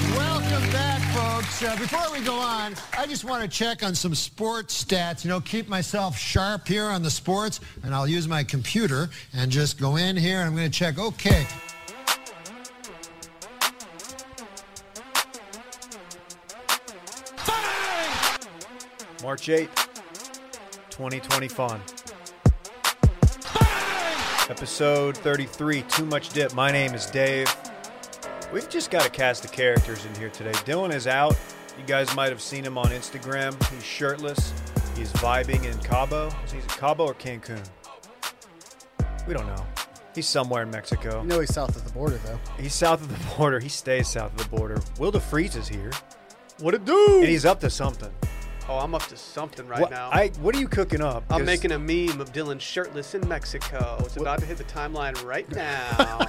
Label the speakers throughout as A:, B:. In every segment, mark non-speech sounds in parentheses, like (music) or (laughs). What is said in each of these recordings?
A: Welcome back, folks. Uh, before we go on, I just want to check on some sports stats. You know, keep myself sharp here on the sports, and I'll use my computer and just go in here and I'm going to check. Okay.
B: March 8th, 2020 Fun. Episode 33, Too Much Dip. My name is Dave. We've just got a cast of characters in here today. Dylan is out. You guys might have seen him on Instagram. He's shirtless. He's vibing in Cabo. Is he at Cabo or Cancun? We don't know. He's somewhere in Mexico.
C: You know he's south of the border, though.
B: He's south of the (laughs) border. He stays south of the border. Will DeFries is here. What it do? And he's up to something.
D: Oh, I'm up to something right
B: what,
D: now.
B: I, what are you cooking up?
D: am
B: 'Cause
D: making a meme of Dylan shirtless in Mexico. It's about to hit the timeline
B: (laughs)
D: right now.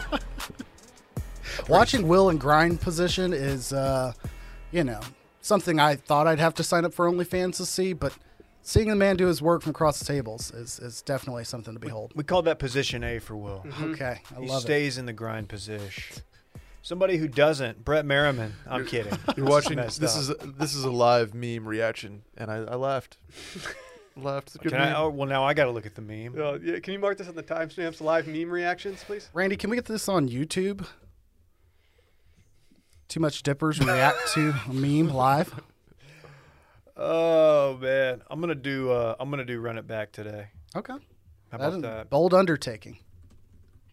C: Watching Will and Grind position is, uh, you know, something I thought I'd have to sign up for OnlyFans to see, but seeing the man do his work from across the tables is, is definitely something to behold.
B: We call that position A for Will.
E: Mm-hmm.
C: Okay, I
B: He
C: love it.
B: stays in the grind position. Somebody who doesn't, Brett Merriman. I'm kidding.
E: (laughs) You're watching.
B: messed
E: This
B: up.
E: is a, this is a live meme reaction, and I, I laughed.
B: (laughs)
E: laughed. It's a good
B: Can I,
E: meme.
B: oh, well, now I got to look at the meme.
D: Uh, yeah, can you mark this on the timestamps live meme reactions, please?
C: Randy, can we get this on YouTube? Too much dippers react to a meme live.
B: Oh man, I'm gonna do. Uh, I'm gonna do run it back today.
C: Okay,
B: How
C: that
B: about
C: is a
B: that?
C: bold undertaking.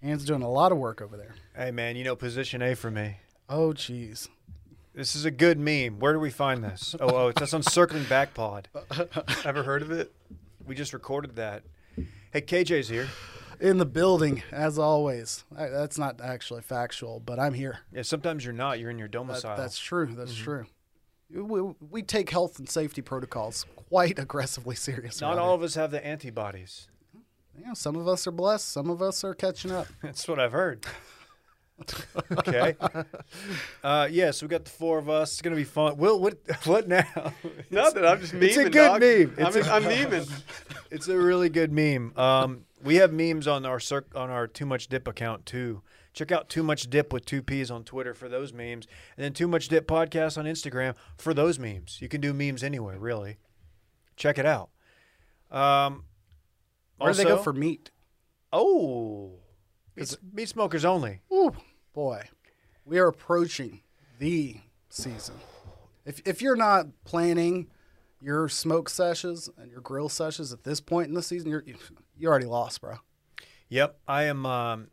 C: Hands doing a lot of work over there.
B: Hey man, you know position A for me.
C: Oh, jeez.
B: This is a good meme. Where do we find
C: (laughs)
B: this? Oh, oh, it's that's on circling back pod.
D: Ever heard of it?
B: We just recorded that. Hey, KJ's here.
C: In the building, as always. I, that's not actually factual, but I'm here.
B: Yeah, sometimes you're not. You're in your
C: That-
B: domicile.
C: that's true. That's
B: Mm-hmm.
C: true. We, we take health and safety protocols quite aggressively serious.
B: Not
C: around
B: all
C: here.
B: of us have the antibodies.
C: You know, some of us are blessed. Some of us are catching up.
B: That's what I've heard. okay. Uh, yeah, so we got the four of us. It's gonna be fun. Will, what? (laughs) What now?
D: Nothing. I'm just memeing.
B: it's a good
D: dog.
B: meme.
D: I'm,
B: It's a- (laughs)
D: I'm memeing.
B: It's a really good meme. Um, we have memes on our cir- on our Too Much Dip account too. Check out Too Much Dip with two P's on Twitter for those memes, and then Too Much Dip podcast on Instagram for those memes. You can do memes anywhere, really. Check it out. Um,
C: Where do they go
B: also-
C: for meat?
B: Oh, it's meat smokers only.
C: Ooh, boy, we are approaching the season. If if you're not planning your smoke sessions and your grill sessions at this point in the season, you're you already lost, bro.
B: Yep, I am. Um,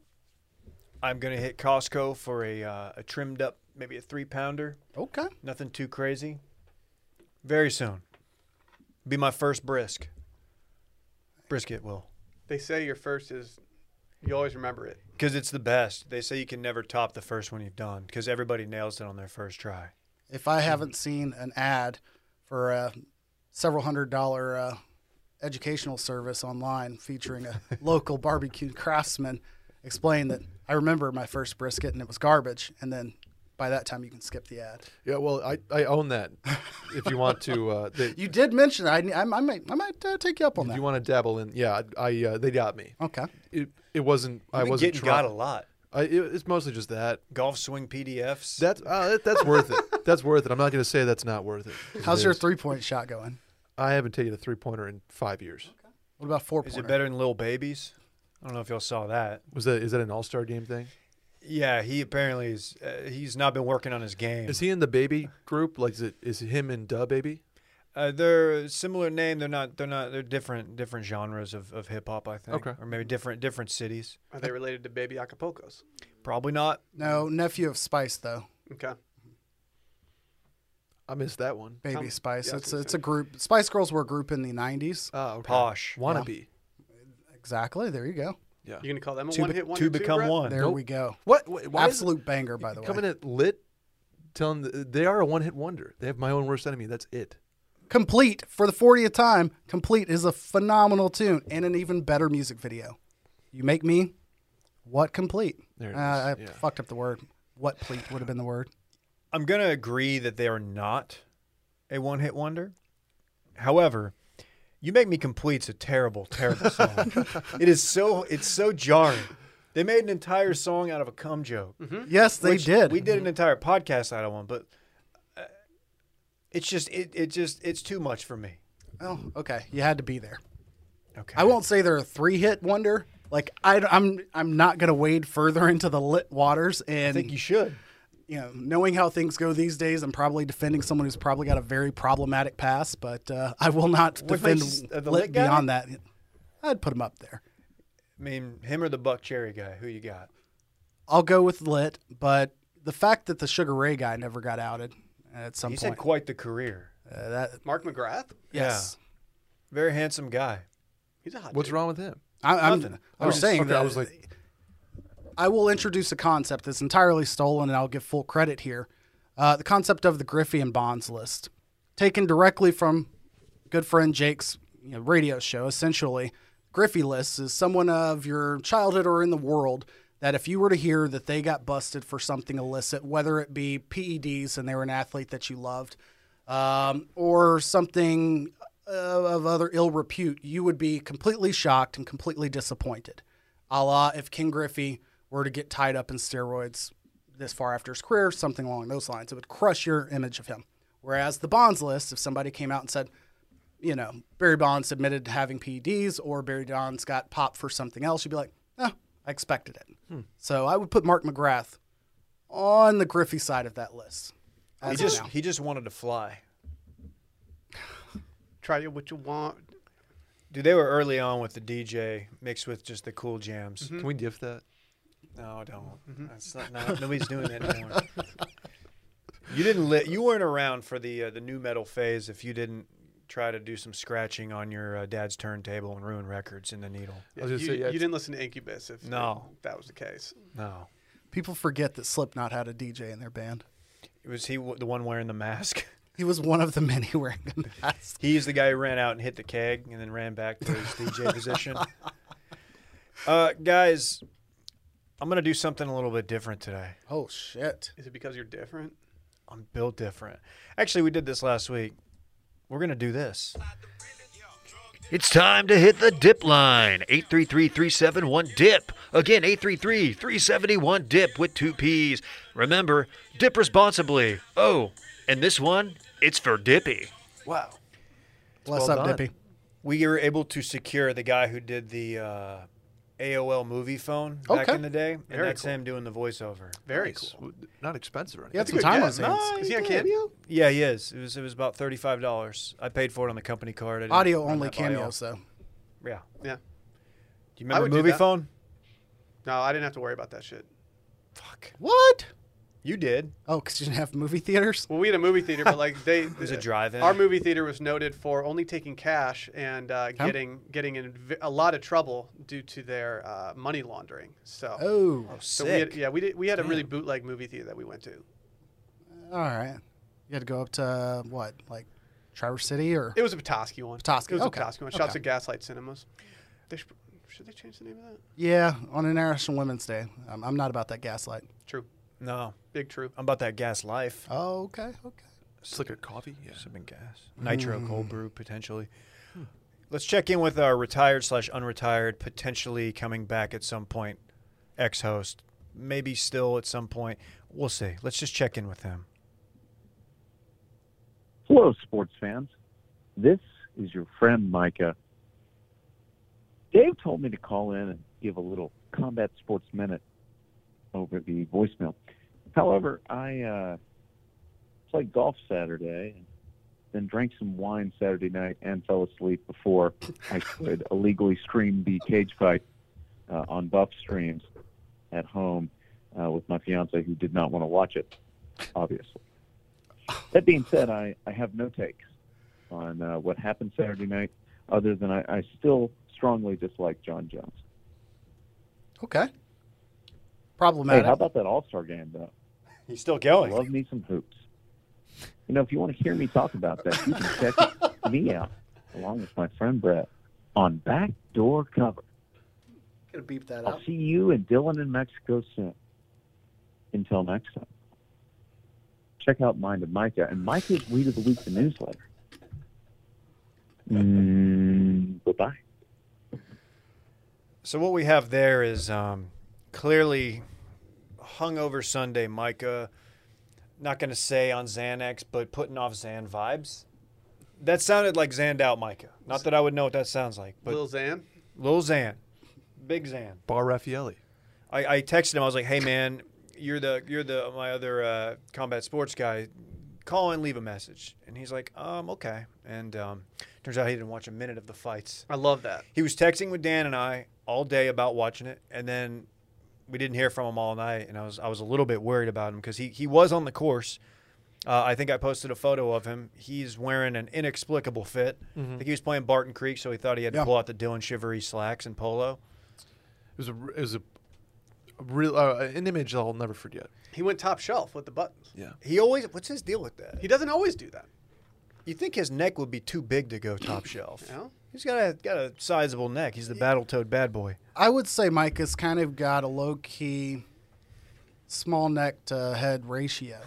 B: I'm gonna hit Costco for a uh, a trimmed up, maybe a three pounder.
C: Okay.
B: Nothing too crazy. Very soon. Be my first brisk. Brisket will.
D: They say your first is, you always remember it.
B: Because it's the best. They say you can never top the first one you've done because everybody nails it on their first try.
C: if I haven't seen an ad for a several hundred dollar uh, educational service online featuring a local barbecue craftsman explain that I remember my first brisket and it was garbage, and then by that time you can skip the ad.
E: yeah. Well, I, I own that. If you want to, uh, they,
C: You did mention that. I, I, I might I might uh, take you up on
E: if
C: that.
E: you want to dabble in, yeah. I, I uh, they got me.
C: okay.
E: It, it wasn't. I
B: I've been
E: wasn't
B: getting got a
E: trying.
B: lot.
E: I, it, it's mostly just that.
B: Golf swing PDFs.
E: That's uh, that, that's worth it. That's worth it. I'm not going to say that's not worth it.
C: (laughs) How's
E: It
C: your
E: is.
C: three point shot going?
E: I haven't taken a three pointer in five years.
C: What about four
B: is it
C: point?
B: better than Little Babies? I don't know if y'all saw that.
E: Was that is that an all star game thing?
B: Yeah, he apparently is. Uh, he's not been working on his game.
E: Is he in the baby group? Like is it is it him and Duh Baby?
B: Uh, they're similar name. They're not. They're not. They're different. Different genres of, of hip hop. I think.
E: Okay.
B: Or maybe different. Different cities.
D: Are they related to Baby Acapulcos?
B: Probably not.
C: No, nephew of Spice though.
D: Okay.
E: I missed that one.
C: Baby
D: Tom-
C: Spice.
D: yeah, I was
C: it's
D: gonna
C: it's a group. Spice Girls were a group in the '90s.
E: Ah, okay.
B: Posh.
E: wannabe.
C: Exactly. There you go.
E: Yeah.
D: You're going to call them a
B: Two
D: one
B: be-
D: hit one?
B: two
D: or two,
B: become
D: Brett?
B: one.
C: There
E: Nope.
C: we go.
E: What? wait, why is it-
C: Absolute banger, by the way.
E: coming at lit, telling th- they are a one hit wonder. They have my own worst enemy. That's it.
C: Complete for the 40th time. Complete is a phenomenal tune and an even better music video. You make me what complete?
E: There it
C: Uh, I
E: is, yeah.
C: fucked up the word. What pleat would have been the word?
B: I'm gonna agree that they are not a one hit wonder. However, you make me complete's a terrible, terrible
C: (laughs)
B: song. it is so. It's so jarring. They made an entire song out of a cum joke.
C: Yes, Mm-hmm. they
B: Hmm? which
C: did. Mm-hmm.
B: We did an entire podcast out of one, but uh, It's just it, it just it's too much for me.
C: Oh, okay. You had to be there.
B: Okay.
C: I won't say they're a three-hit wonder. Like I, am I'm, I'm not gonna wade further (laughs) into the lit waters, and
B: I think you should.
C: you know, knowing how things go these days, I'm probably defending someone who's probably got a very problematic past, but uh, I will not defend
B: makes you- uh, the
C: lit
B: lit guy?
C: beyond that. I'd put him up there.
B: I mean, him or the Buck Cherry guy, who you got?
C: I'll go with lit, but the fact that the Sugar Ray guy never got outed at some
B: He's had
C: point,
B: quite the career.
C: uh, that
D: Mark McGrath?
C: yes,
B: Very handsome guy.
D: He's a hot
E: What's
D: dude.
E: wrong with him?
C: I, I'm,
B: Nothing.
C: I'm
E: Oh,
C: saying
E: okay,
C: that
E: I was like,
C: I will introduce a concept that's entirely stolen, and I'll give full credit here. Uh, the concept of the Griffey and Bonds list, taken directly from good friend Jake's you know, radio show. Essentially, Griffey list is someone of your childhood or in the world that if you were to hear that they got busted for something illicit, whether it be PEDs and they were an athlete that you loved, um, or something uh, of other ill repute, you would be completely shocked and completely disappointed a la if King Griffey were to get tied up in steroids this far after his career, something along those lines. It would crush your image of him. Whereas the Bonds list, if somebody came out and said, you know, Barry Bonds admitted to having PEDs or Barry Bonds got popped for something else, you'd be like, oh, I expected it. So I would put Mark McGrath on the Griffey side of that list.
B: He
C: As of
B: just
C: now.
B: he just wanted to fly.
D: Try it what you want.
B: Dude, they were early on with the DJ mixed with just the cool jams.
C: Hmm.
E: can we gift that?
B: No, don't. That's not, no, nobody's doing that anymore. you didn't. Li- you weren't around for the uh, the new metal phase if you didn't try to do some scratching on your uh, dad's turntable and ruin records in the needle.
E: I was gonna
D: you,
E: say, yeah,
D: you
E: it's-
D: didn't listen to Incubus if
B: No.
D: that was the case.
B: No,
C: People forget that Slipknot had a DJ in their band.
B: it was he w- the one wearing the mask. (laughs)
C: He was one of the (laughs) many wearing a mask.
B: He's the guy who ran out and hit the keg and then ran back to his DJ position. Uh, guys, I'm gonna do something a little bit different today.
C: Oh, shit.
D: Is it because you're different?
B: I'm built different. Actually, we did this last week. We're gonna do this.
F: It's time to hit the dip line. 833-371-DIP. Again, 833-371-DIP with two P's. Remember, dip responsibly. Oh, and this one, it's for Dippy.
B: Wow.
C: Bless
E: well
C: up,
E: done.
C: Dippy.
B: we were able to secure the guy who did the uh, AOL movie phone back
C: Okay.
B: in the day, and
D: Very
B: that's
D: cool.
B: him doing the voiceover.
D: Very
E: Nice.
D: cool.
E: W- Not expensive or
C: You had
E: anything.
C: some time on
D: guess.
C: things.
D: Is he on Cameo?
B: Yeah, he is. It was it was about thirty five dollars. I paid for it on the company card. I didn't
C: Audio
B: run
C: only
B: that by all.
C: cameos, though.
B: Yeah.
D: Yeah.
B: Do you
D: I
B: remember
D: would do
B: movie
D: that.
B: phone?
D: No, I didn't have to worry about that shit.
B: Fuck,
C: What?
B: you did.
C: Oh, because you didn't have
D: (laughs)
C: movie theaters?
D: Well, we had a movie theater, but like
B: (laughs)
D: they, it
B: was a drive-in.
D: Our movie theater was noted for only taking cash and uh, getting getting in v- a lot of trouble due to their uh, money laundering. So,
C: Oh,
D: so we had,
B: Sick.
D: yeah, we did, we had a really bootleg movie theater that we went to.
C: all right. Oh, You had to go up to uh, what, like Traverse City or?
D: It was a Petoskey one.
C: Petoskey,
D: It was
C: okay,
D: a Petoskey one. Shouts to
C: okay.
D: Gaslight Cinemas. They should, should they change the name of that?
C: yeah, on International Women's Day. Um, I'm, I'm not about that gaslight.
D: True.
B: No,
D: Big true.
B: I'm about that gas life.
C: Oh, okay, okay.
E: It's like a coffee. Yeah.
B: Sipping gas, nitro cold brew potentially. Let's check in with our retired slash unretired, potentially coming back at some point, ex-host, maybe still at some point. We'll see. Let's just check in with him.
G: Hello, sports fans. This is your friend Micah. Dave told me to call in and give a little combat sports minute over the voicemail. However, I uh, played golf Saturday and then drank some wine Saturday night and fell asleep before I could illegally stream the cage fight uh, on Buff Streams at home uh, with my fiance, who did not want to watch it, obviously. That being said, I, I have no takes on uh, what happened Saturday night, other than I, I still strongly dislike John Jones.
C: Okay.
G: Hey,
C: Problematic.
G: how about that All Star game, though?
B: He's still going.
G: Love me some hoops. You know, if you want to hear me talk about that, you can check (laughs) me out along with my friend Brett on Backdoor Cover.
C: Gonna beep that
G: I'll see you and Dylan in Mexico soon. Until next time, check out Mind of Micah and Micah's Read of the Week, the newsletter. Mm, bye bye.
B: So what we have there is um, clearly hungover Sunday, Micah. not going to say on Xanax, but putting off Xan vibes. That sounded like Xanned out, Micah. Not that I would know what that sounds like, but
D: Lil Xan.
B: Lil Xan, Big Xan.
E: Bar Raffaelli.
B: I, I texted him. I was like, "Hey man, you're the you're the my other uh, combat sports guy. Call and leave a message." And he's like, "Um, okay." And um, turns out he didn't watch a minute of the fights.
D: I love that.
B: He was texting with Dan and I all day about watching it, and then we didn't hear from him all night. And I was I was a little bit worried about him because he he was on the course. Uh, I think I posted a photo of him. He's wearing an inexplicable fit. I think he was playing Barton Creek, so he thought he had
C: Yeah.
B: to pull out the Dylan Shivery slacks and polo.
E: It was a it was a, a real uh, an image I'll never forget.
D: He went top shelf with the buttons.
E: Yeah.
B: He always what's his deal with that?
D: He doesn't always do that.
B: You think his neck would be too big to go (coughs) top shelf?
D: Yeah.
B: He's got a got a sizable neck. He's the battle toad bad boy.
C: I would say Micah's kind of got a low key, small neck to head ratio.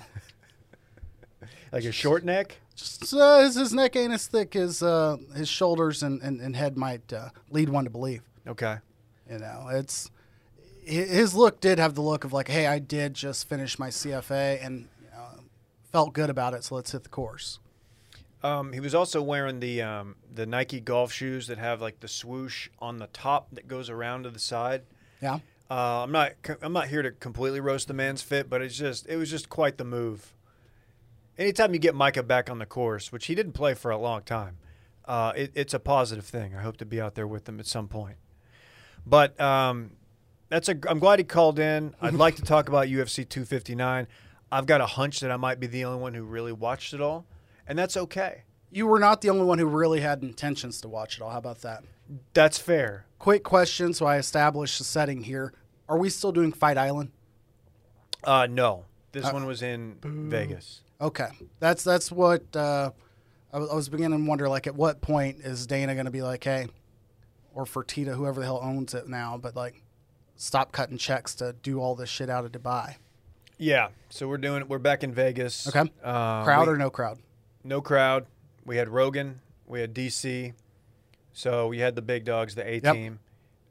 B: Like a short neck.
C: Just uh, his, his neck ain't as thick as uh, his shoulders and, and, and head might uh, lead one to believe.
B: Okay.
C: You know, it's hi- his look did have the look of like, hey, I did just finish my CFA and uh, felt good about it, so let's hit the course.
B: Um, he was also wearing the um, the Nike golf shoes that have like the swoosh on the top that goes around to the side.
C: Yeah.
B: Uh, I'm not I'm not here to completely roast the man's fit, but it's just it was just quite the move. Anytime you get Micah back on the course, which he didn't play for a long time, uh, it, it's a positive thing. I hope to be out there with him at some point. But um, that's a. I'm glad he called in. I'd like to talk about (laughs) UFC 259. I've got a hunch that I might be the only one who really watched it all, and that's okay.
C: You were not the only one who really had intentions to watch it all. How about that?
B: That's fair.
C: Quick question, so I established the setting here. Are we still doing Fight Island?
B: Uh, no, this one was in Vegas.
C: Okay, that's that's what uh, I, was- I was beginning to wonder. Like, at what point is Dana going to be like, hey, or Fertitta, whoever the hell owns it now, but like, stop cutting checks to do all this shit out of Dubai?
B: Yeah, so we're doing. We're back in Vegas.
C: Okay,
B: Uh,
C: crowd
B: we-
C: or no crowd?
B: no crowd. We had Rogan. We had DC. So we had the big dogs, the A
C: Yep.
B: team.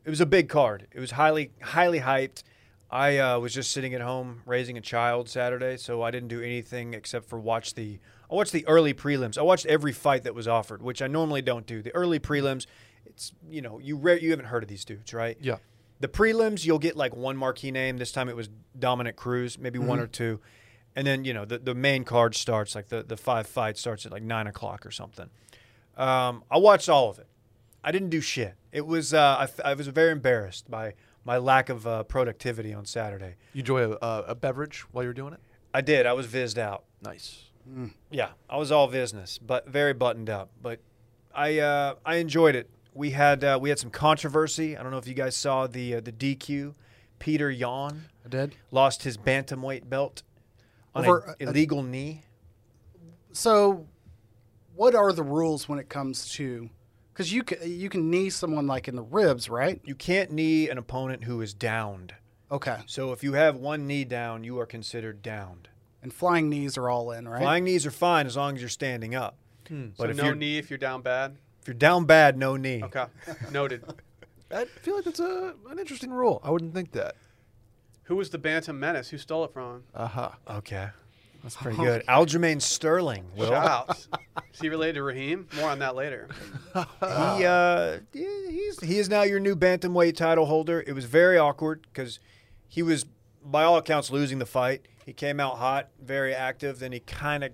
B: It was a big card. It was highly, highly hyped. I uh, was just sitting at home raising a child Saturday, so I didn't do anything except for watch the. I watched the early prelims. I watched every fight that was offered, which I normally don't do. The early prelims, it's you know you rare you haven't heard of these dudes, right?
E: Yeah.
B: The prelims, you'll get like one marquee name. This time it was Dominic Cruz, maybe one or two. And then, you know, the, the main card starts, like the, the five fight starts at like nine o'clock or something. Um, I watched all of it. I didn't do shit. It was, uh, I f- I, was very embarrassed by my lack of uh, productivity on Saturday.
E: You enjoy a, a, a beverage while you're doing it.
B: I did. I was vizzed out.
E: Nice.
B: Yeah, I was all business, but very buttoned up. But I uh, I enjoyed it. We had uh, we had some controversy. I don't know if you guys saw the uh, the DQ. Peter Yawn
C: I did.
B: lost his bantamweight belt on
C: Over
B: an
C: a-
B: illegal knee.
C: So, what are the rules when it comes to? Because you can you can knee someone like in the ribs, right?
B: You can't knee an opponent who is downed.
C: Okay,
B: So if you have one knee down, you are considered downed.
C: and flying knees are all in, right?
B: Flying knees are fine as long as you're standing up. But
D: so
B: if
D: no
B: you're
D: knee if you're down bad.
B: if you're down bad, no knee.
D: Okay. Noted.
E: I feel like that's a an interesting rule. I wouldn't think that.
D: Who was the Bantam Menace? Who stole it from him?
E: Aha. Uh-huh.
B: Okay. That's pretty good. Aljamain Sterling.
C: Oh.
B: Will.
D: Shout. Is he related to Raheem? More on that later.
B: He uh, yeah, he's he is now your new bantamweight title holder. It was very awkward because he was, by all accounts, losing the fight. He came out hot, very active. Then he kind of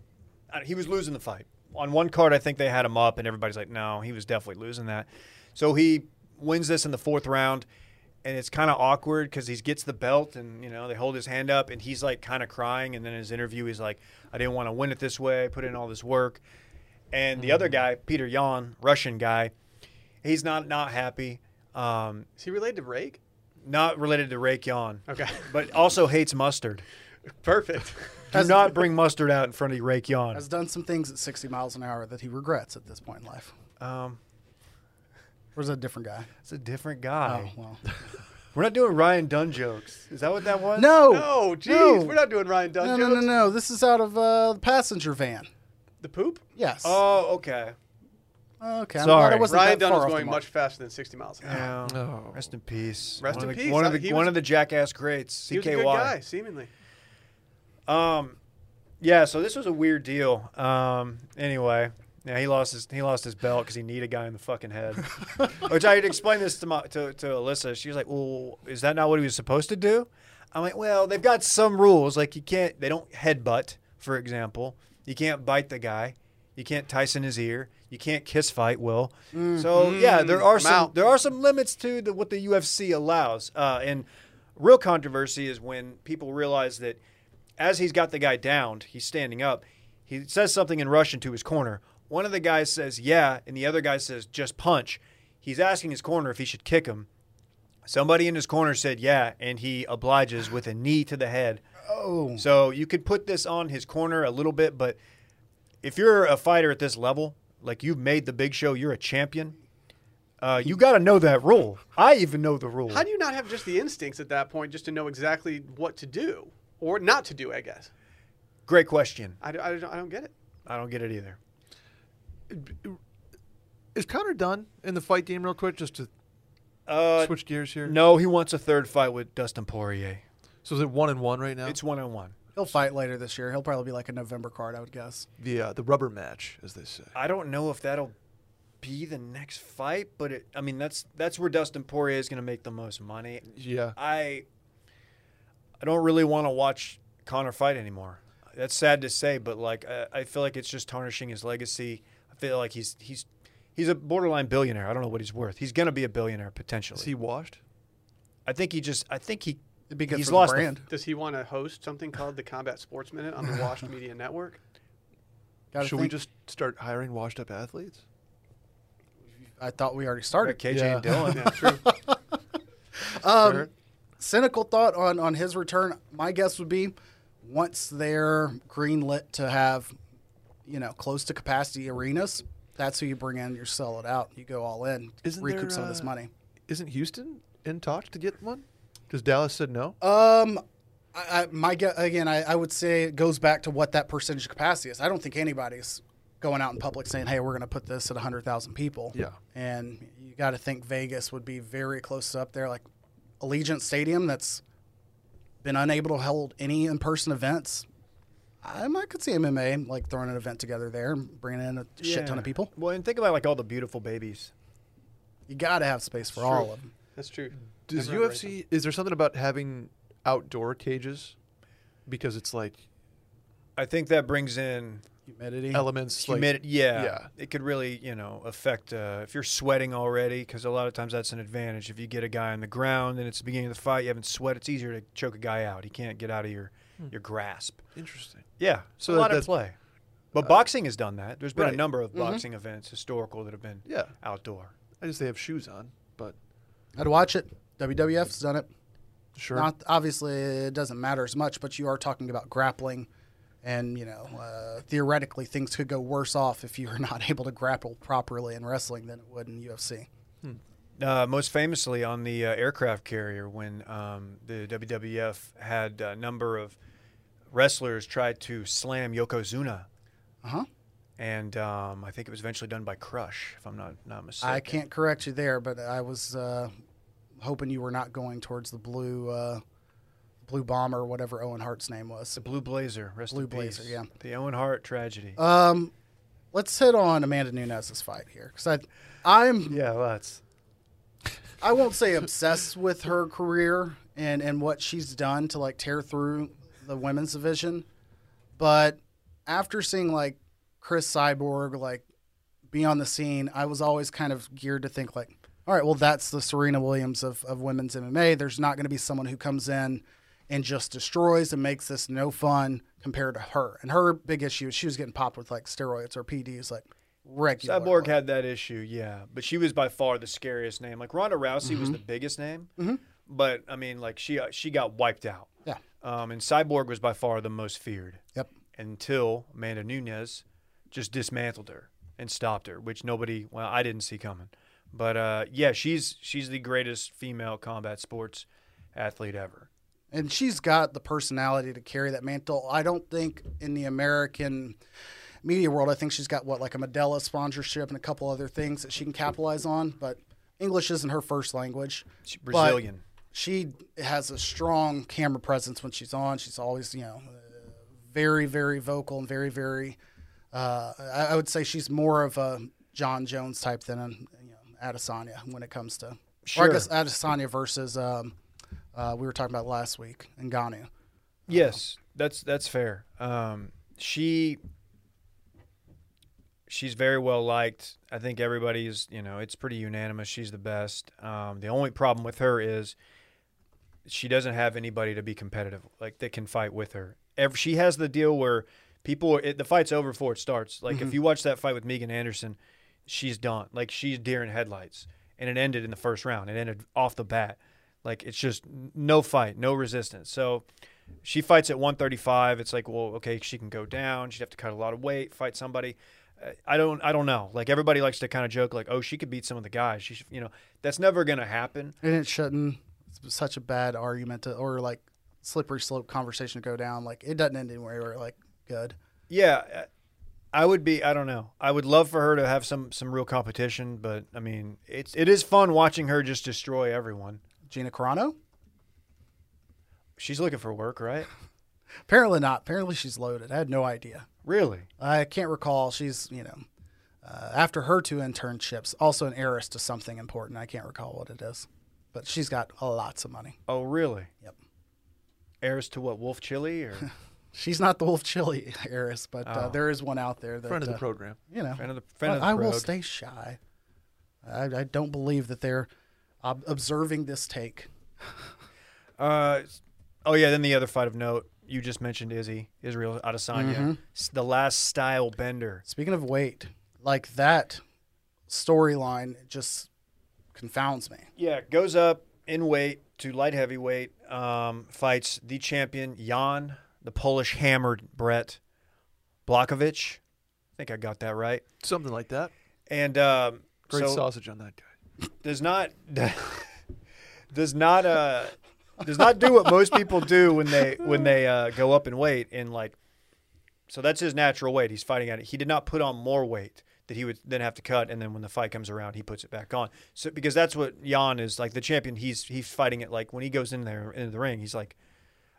B: he was losing the fight. On one card, I think they had him up, and everybody's like, "No, he was definitely losing that." So he wins this in the fourth round, and it's kind of awkward because he gets the belt, and you know they hold his hand up, and he's like kind of crying. And then in his interview, he's like, "I didn't want to win it this way. I put in all this work." And the other
D: Mm-hmm.
B: guy, Peter Yan, Russian guy, he's not not happy. Um,
D: Is he related to Rake?
B: not related to Rake Yan,
D: Okay.
B: (laughs) but also hates mustard.
D: Perfect.
B: Do not bring mustard out in front of Rake Yan.
C: (laughs) has done some things at 60 miles an hour that he regrets at this point in life.
B: Um,
C: Or is it a different guy?
B: it's a different guy.
C: Oh, well.
B: We're not doing Ryan Dunn jokes. Is that what that (laughs) was?
C: No.
D: No, jeez, we're not doing Ryan Dunn
C: No,
D: jokes.
C: no, no, no. This is out of uh, the passenger van.
D: The poop?
C: Yes.
B: Oh, okay.
C: okay. I'm glad
B: sorry.
C: I wasn't
D: Ryan
C: that
D: Dunn
C: far
D: was
C: off the
D: going
C: mark.
D: much faster than 60 miles an hour.
B: Yeah.
E: Oh.
B: Um, Rest in peace.
D: Ah. Rest
B: one
D: in
B: of the,
D: peace.
B: One
D: I-
B: of the
D: he
B: one
D: was-
B: of the jackass greats. CKY.
D: He was a good guy, seemingly.
B: Um, Yeah, so this was a weird deal. Um, anyway, yeah, he lost his he lost his belt because he kneed a guy in the fucking head. Which I had explained this to, my, to to Alyssa. She was like, "Well, is that not what he was supposed to do?" I'm like, "Well, they've got some rules. Like you can't they don't headbutt, for example. You can't bite the guy. You can't Tyson his ear. You can't kiss fight. Will. So yeah, there are
D: Mm, I'm
B: some
D: out.
B: there are some limits to the, what the UFC allows. Uh, and real controversy is when people realize that as he's got the guy downed, he's standing up. He says something in Russian to his corner. One of the guys says, "Yeah," and the other guy says, "Just punch." He's asking his corner if he should kick him. Somebody in his corner said, "Yeah," and he obliges with a knee to the head.
C: Oh,
B: So you could put this on his corner a little bit, but if you're a fighter at this level, like you've made the big show, you're a champion. Uh, you got to know that rule. I even know the rule.
D: How do you not have just the instincts at that point just to know exactly what to do or not to do, I guess?
B: Great question.
D: I, don't- I don't, I don't get it.
B: I don't get it either.
E: Is Connor done in the fight game real quick? Just to
B: Uh,
E: switch gears here.
B: no, he wants a third fight with Dustin Poirier.
E: So is it one and one right now?
B: It's one on one.
C: he'll fight later this year. He'll probably be like a November card, I would guess.
E: the uh, the rubber match, as they say.
B: I don't know if that'll be the next fight, but it, I mean that's that's where Dustin Poirier is going to make the most money.
E: Yeah.
B: I I don't really want to watch Connor fight anymore. That's sad to say, but like I, I feel like it's just tarnishing his legacy. I feel like he's he's he's a borderline billionaire. I don't know what he's worth. He's going to be a billionaire potentially.
E: Is he washed?
B: I think he just I think he
C: It'd be good
B: he's
C: for
B: lost
C: the brand.
D: Does he want to host something called the Combat Sports Minute on
C: (laughs)
D: the Washed Media Network?
C: Gotta
E: Should we
C: think-
E: just start hiring washed up athletes?
C: I thought we already
B: the,
C: started.
B: KJ and
E: Yeah.
C: (laughs)
B: Dillon.
D: Yeah, true.
C: Um, Cynical thought on, on his return. My guess would be once they're greenlit to have, you know, close to capacity arenas, that's who you bring in. You sell it out. You go all in.
E: Isn't
C: recoup
E: there,
C: some of this
E: uh,
C: money.
E: Isn't Houston in talks to get one? Because Dallas said no.
C: Um, I, I, my gue- again, I, I would say it goes back to what that percentage of capacity is. I don't think anybody's going out in public saying, "Hey, we're going to put this at 100,000 people."
E: Yeah.
C: and you got to think Vegas would be very close up there, like Allegiant Stadium. That's been unable to hold any in-person events. I might could see MMA like throwing an event together there, and bringing in a shit ton of people.
B: Well, and think about like all the beautiful babies.
C: You got to have space for all of them.
D: That's true.
E: Does
D: Never underrate
E: UFC? Is there something about having outdoor cages? Because it's like
B: I think that brings in
C: Humidity.
E: elements.
B: humidity. yeah,
E: yeah.
B: it could really you know affect uh, if you're sweating already because a lot of times that's an advantage. If you get a guy on the ground and it's the beginning of the fight, you haven't sweat. It's easier to choke a guy out. He can't get out of your your grasp.
E: Like, interesting.
B: Yeah, so
E: So
B: a
E: that-
B: lot of
E: that's-
B: play. Uh, Mm-hmm. But boxing has done that. There's been a
E: Right.
B: number of boxing events historical that have been
E: Yeah.
B: outdoor.
E: I just they have shoes on, but
C: I'd watch it. WWF's done it.
E: sure.
C: Not obviously, it doesn't matter as much, but you are talking about grappling, and you know, uh, theoretically, things could go worse off if you are (laughs) not able to grapple properly in wrestling than it would in UFC.
B: Uh, most famously on the uh, aircraft carrier when um, the WWF had a number of wrestlers try to slam Yokozuna.
C: Uh huh.
B: And um, I think it was eventually done by Crush, if I'm not, not mistaken.
C: I can't correct you there, but I was uh, hoping you were not going towards the blue, uh, blue bomber, whatever Owen Hart's name was.
B: The Blue Blazer. Rest
C: Blue
B: in
C: Blazer,
B: peace.
C: yeah.
B: The Owen Hart tragedy.
C: Um, let's hit on Amanda Nunes' fight here because I, I'm
B: yeah, lots.
C: I won't say obsessed with her career and, and what she's done to like tear through the women's division, but after seeing like Chris Cyborg like be on the scene, I was always kind of geared to think like, all right, well that's the Serena Williams of, of women's MMA. There's not going to be someone who comes in and just destroys and makes this no fun compared to her. And her big issue is she was getting popped with like steroids or PDs like regularly.
B: Cyborg had that issue, yeah. But she was by far the scariest name. Like Ronda Rousey
C: Mm-hmm.
B: was the biggest name, but I mean, like she uh, she got wiped out.
C: Yeah.
B: Um, and Cyborg was by far the most feared
C: Yep.
B: until Amanda Nunes just dismantled her and stopped her, which nobody well I didn't see coming. But uh, yeah, she's she's the greatest female combat sports athlete ever.
C: and she's got the personality to carry that mantle. I don't think in the American media world, I think she's got what like a Medela sponsorship and a couple other things that she can capitalize on. But English isn't her first language.
B: She,
C: But
B: Brazilian.
C: she has a strong camera presence when she's on. She's always you know uh, very, very vocal and very, very. Uh, I, I would say she's more of a John Jones type than a you know, Adesanya when it comes to. Or I guess Adesanya versus um, uh, we were talking about last week Ngannou.
B: Yes, that's that's fair. Um, she she's very well liked. I think everybody is, you know, it's pretty unanimous. She's the best. Um, the only problem with her is she doesn't have anybody to be competitive like that can fight with her. Ev she has the deal where people it, the fight's over before it starts. Like if you watch that fight with Megan Anderson, she's done. Like she's deer in headlights, and it ended in the first round. It ended off the bat. Like it's just n- no fight, no resistance. So she fights at 135. It's like, well, okay, she can go down. She'd have to cut a lot of weight, fight somebody. Uh, I don't, I don't know. Like everybody likes to kind of joke, like, oh, she could beat some of the guys. She, should, you know, that's never gonna happen.
C: and it shouldn't. It's such a bad argument to, or like slippery slope conversation to go down. Like it doesn't end anywhere. Like good.
B: Yeah, uh, I would be. I don't know. I would love for her to have some some real competition, but I mean, it's it is fun watching her just destroy everyone.
C: Gina Carano?
B: She's looking for work, right?
C: Apparently not. Apparently she's loaded. I had no idea.
B: Really?
C: I can't recall. She's you know, uh, after her two internships, also an heiress to something important. I can't recall what it is, but she's got lots of money.
B: Oh, really?
C: Yep.
B: Heirs to what? Wolf Chili or (laughs)
C: She's not the Wolf Chili (laughs) heiress, but uh,
B: Oh.
C: there is one out there that
E: Friend of the
C: uh,
E: program.
C: you know.
B: friend of the friend of the
C: I, I will
B: prog.
C: stay shy. I, I don't believe that they're ob- observing this take.
B: Uh, oh yeah. Then the other fight of note you just mentioned Izzy Israel Adesanya, S- the last style bender.
C: Speaking of weight, like that storyline just confounds me.
B: Yeah, goes up in weight to light heavyweight. Um, fights the champion Jan, the Polish hammered Brett Blokovich. I think I got that right.
E: Something like that.
B: And um,
E: Great
B: so
E: sausage on that guy.
B: does not (laughs) does not uh does not do what most people do when they when they uh, go up in weight and like so that's his natural weight he's fighting at it he did not put on more weight that he would then have to cut and then when the fight comes around he puts it back on so because that's what Jan is like the champion he's he's fighting it like when he goes in there into the ring he's like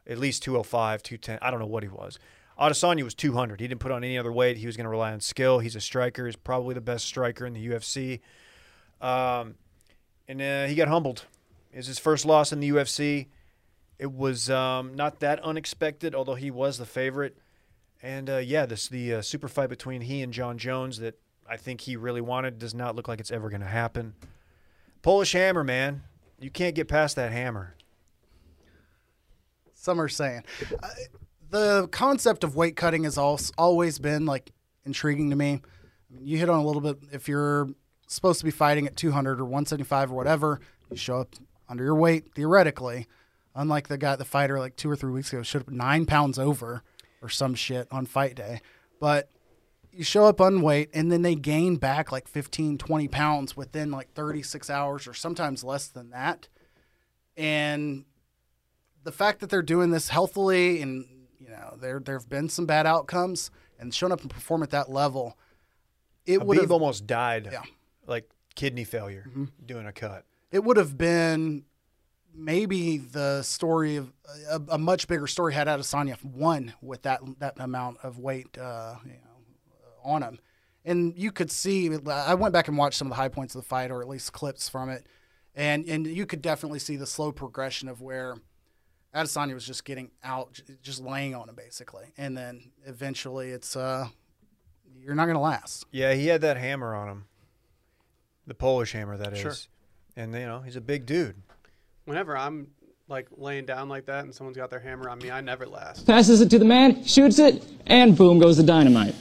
B: at least 205 210 I don't know what he was Adesanya was 200 he didn't put on any other weight he was going to rely on skill he's a striker he's probably the best striker in the UFC um, and uh, he got humbled. It's his first loss in the UFC. It was um, not that unexpected, although he was the favorite. And uh, yeah, this the uh, super fight between he and John Jones that I think he really wanted does not look like it's ever going to happen. Polish Hammer, man, you can't get past that hammer.
C: Some are saying uh, the concept of weight cutting has al- always been like intriguing to me. I mean, you hit on a little bit if you're supposed to be fighting at 200 or 175 or whatever, you show up under your weight theoretically. Unlike the guy, the fighter like two or three weeks ago showed up nine pounds over or some shit on fight day, but you show up unweight and then they gain back like 15 20 pounds within like 36 hours or sometimes less than that and the fact that they're doing this healthily and you know there there have been some bad outcomes and showing up and perform at that level it would
B: Habib
C: have
B: almost died,
C: Yeah. Mm-hmm.
B: like kidney failure, doing a cut.
C: it would have been maybe the story of a, a much bigger story had Adesanya won with that that amount of weight uh, you know, on him. And you could see, I went back and watched some of the high points of the fight, or at least clips from it, and and you could definitely see the slow progression of where Adesanya was just getting out, j- just laying on him basically, and then eventually it's uh, you're not gonna last.
B: Yeah, he had that hammer on him, the Polish hammer that is.
E: Sure.
B: And you know he's a big dude.
D: Whenever I'm like laying down like that and someone's got their hammer on me, I never last.
H: passes it to the man, shoots it, and boom goes the dynamite.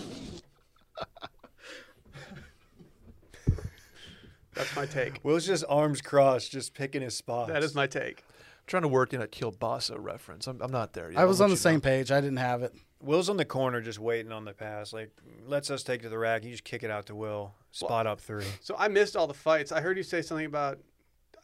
D: That's my take.
B: Will's just arms crossed, just picking his spots.
D: That is my take.
E: I'm trying to work in a Kielbasa reference. I'm, I'm not there yet.
C: I
E: I'll
C: was
E: let
C: on
E: you
C: the same
E: know.
C: page. I didn't have it.
B: Will's on the corner, just waiting on the pass. Like lets us take to the rack. You just kick it out to Will. Spot up
D: (laughs)
B: three.
D: So I missed all the fights. I heard you say something about.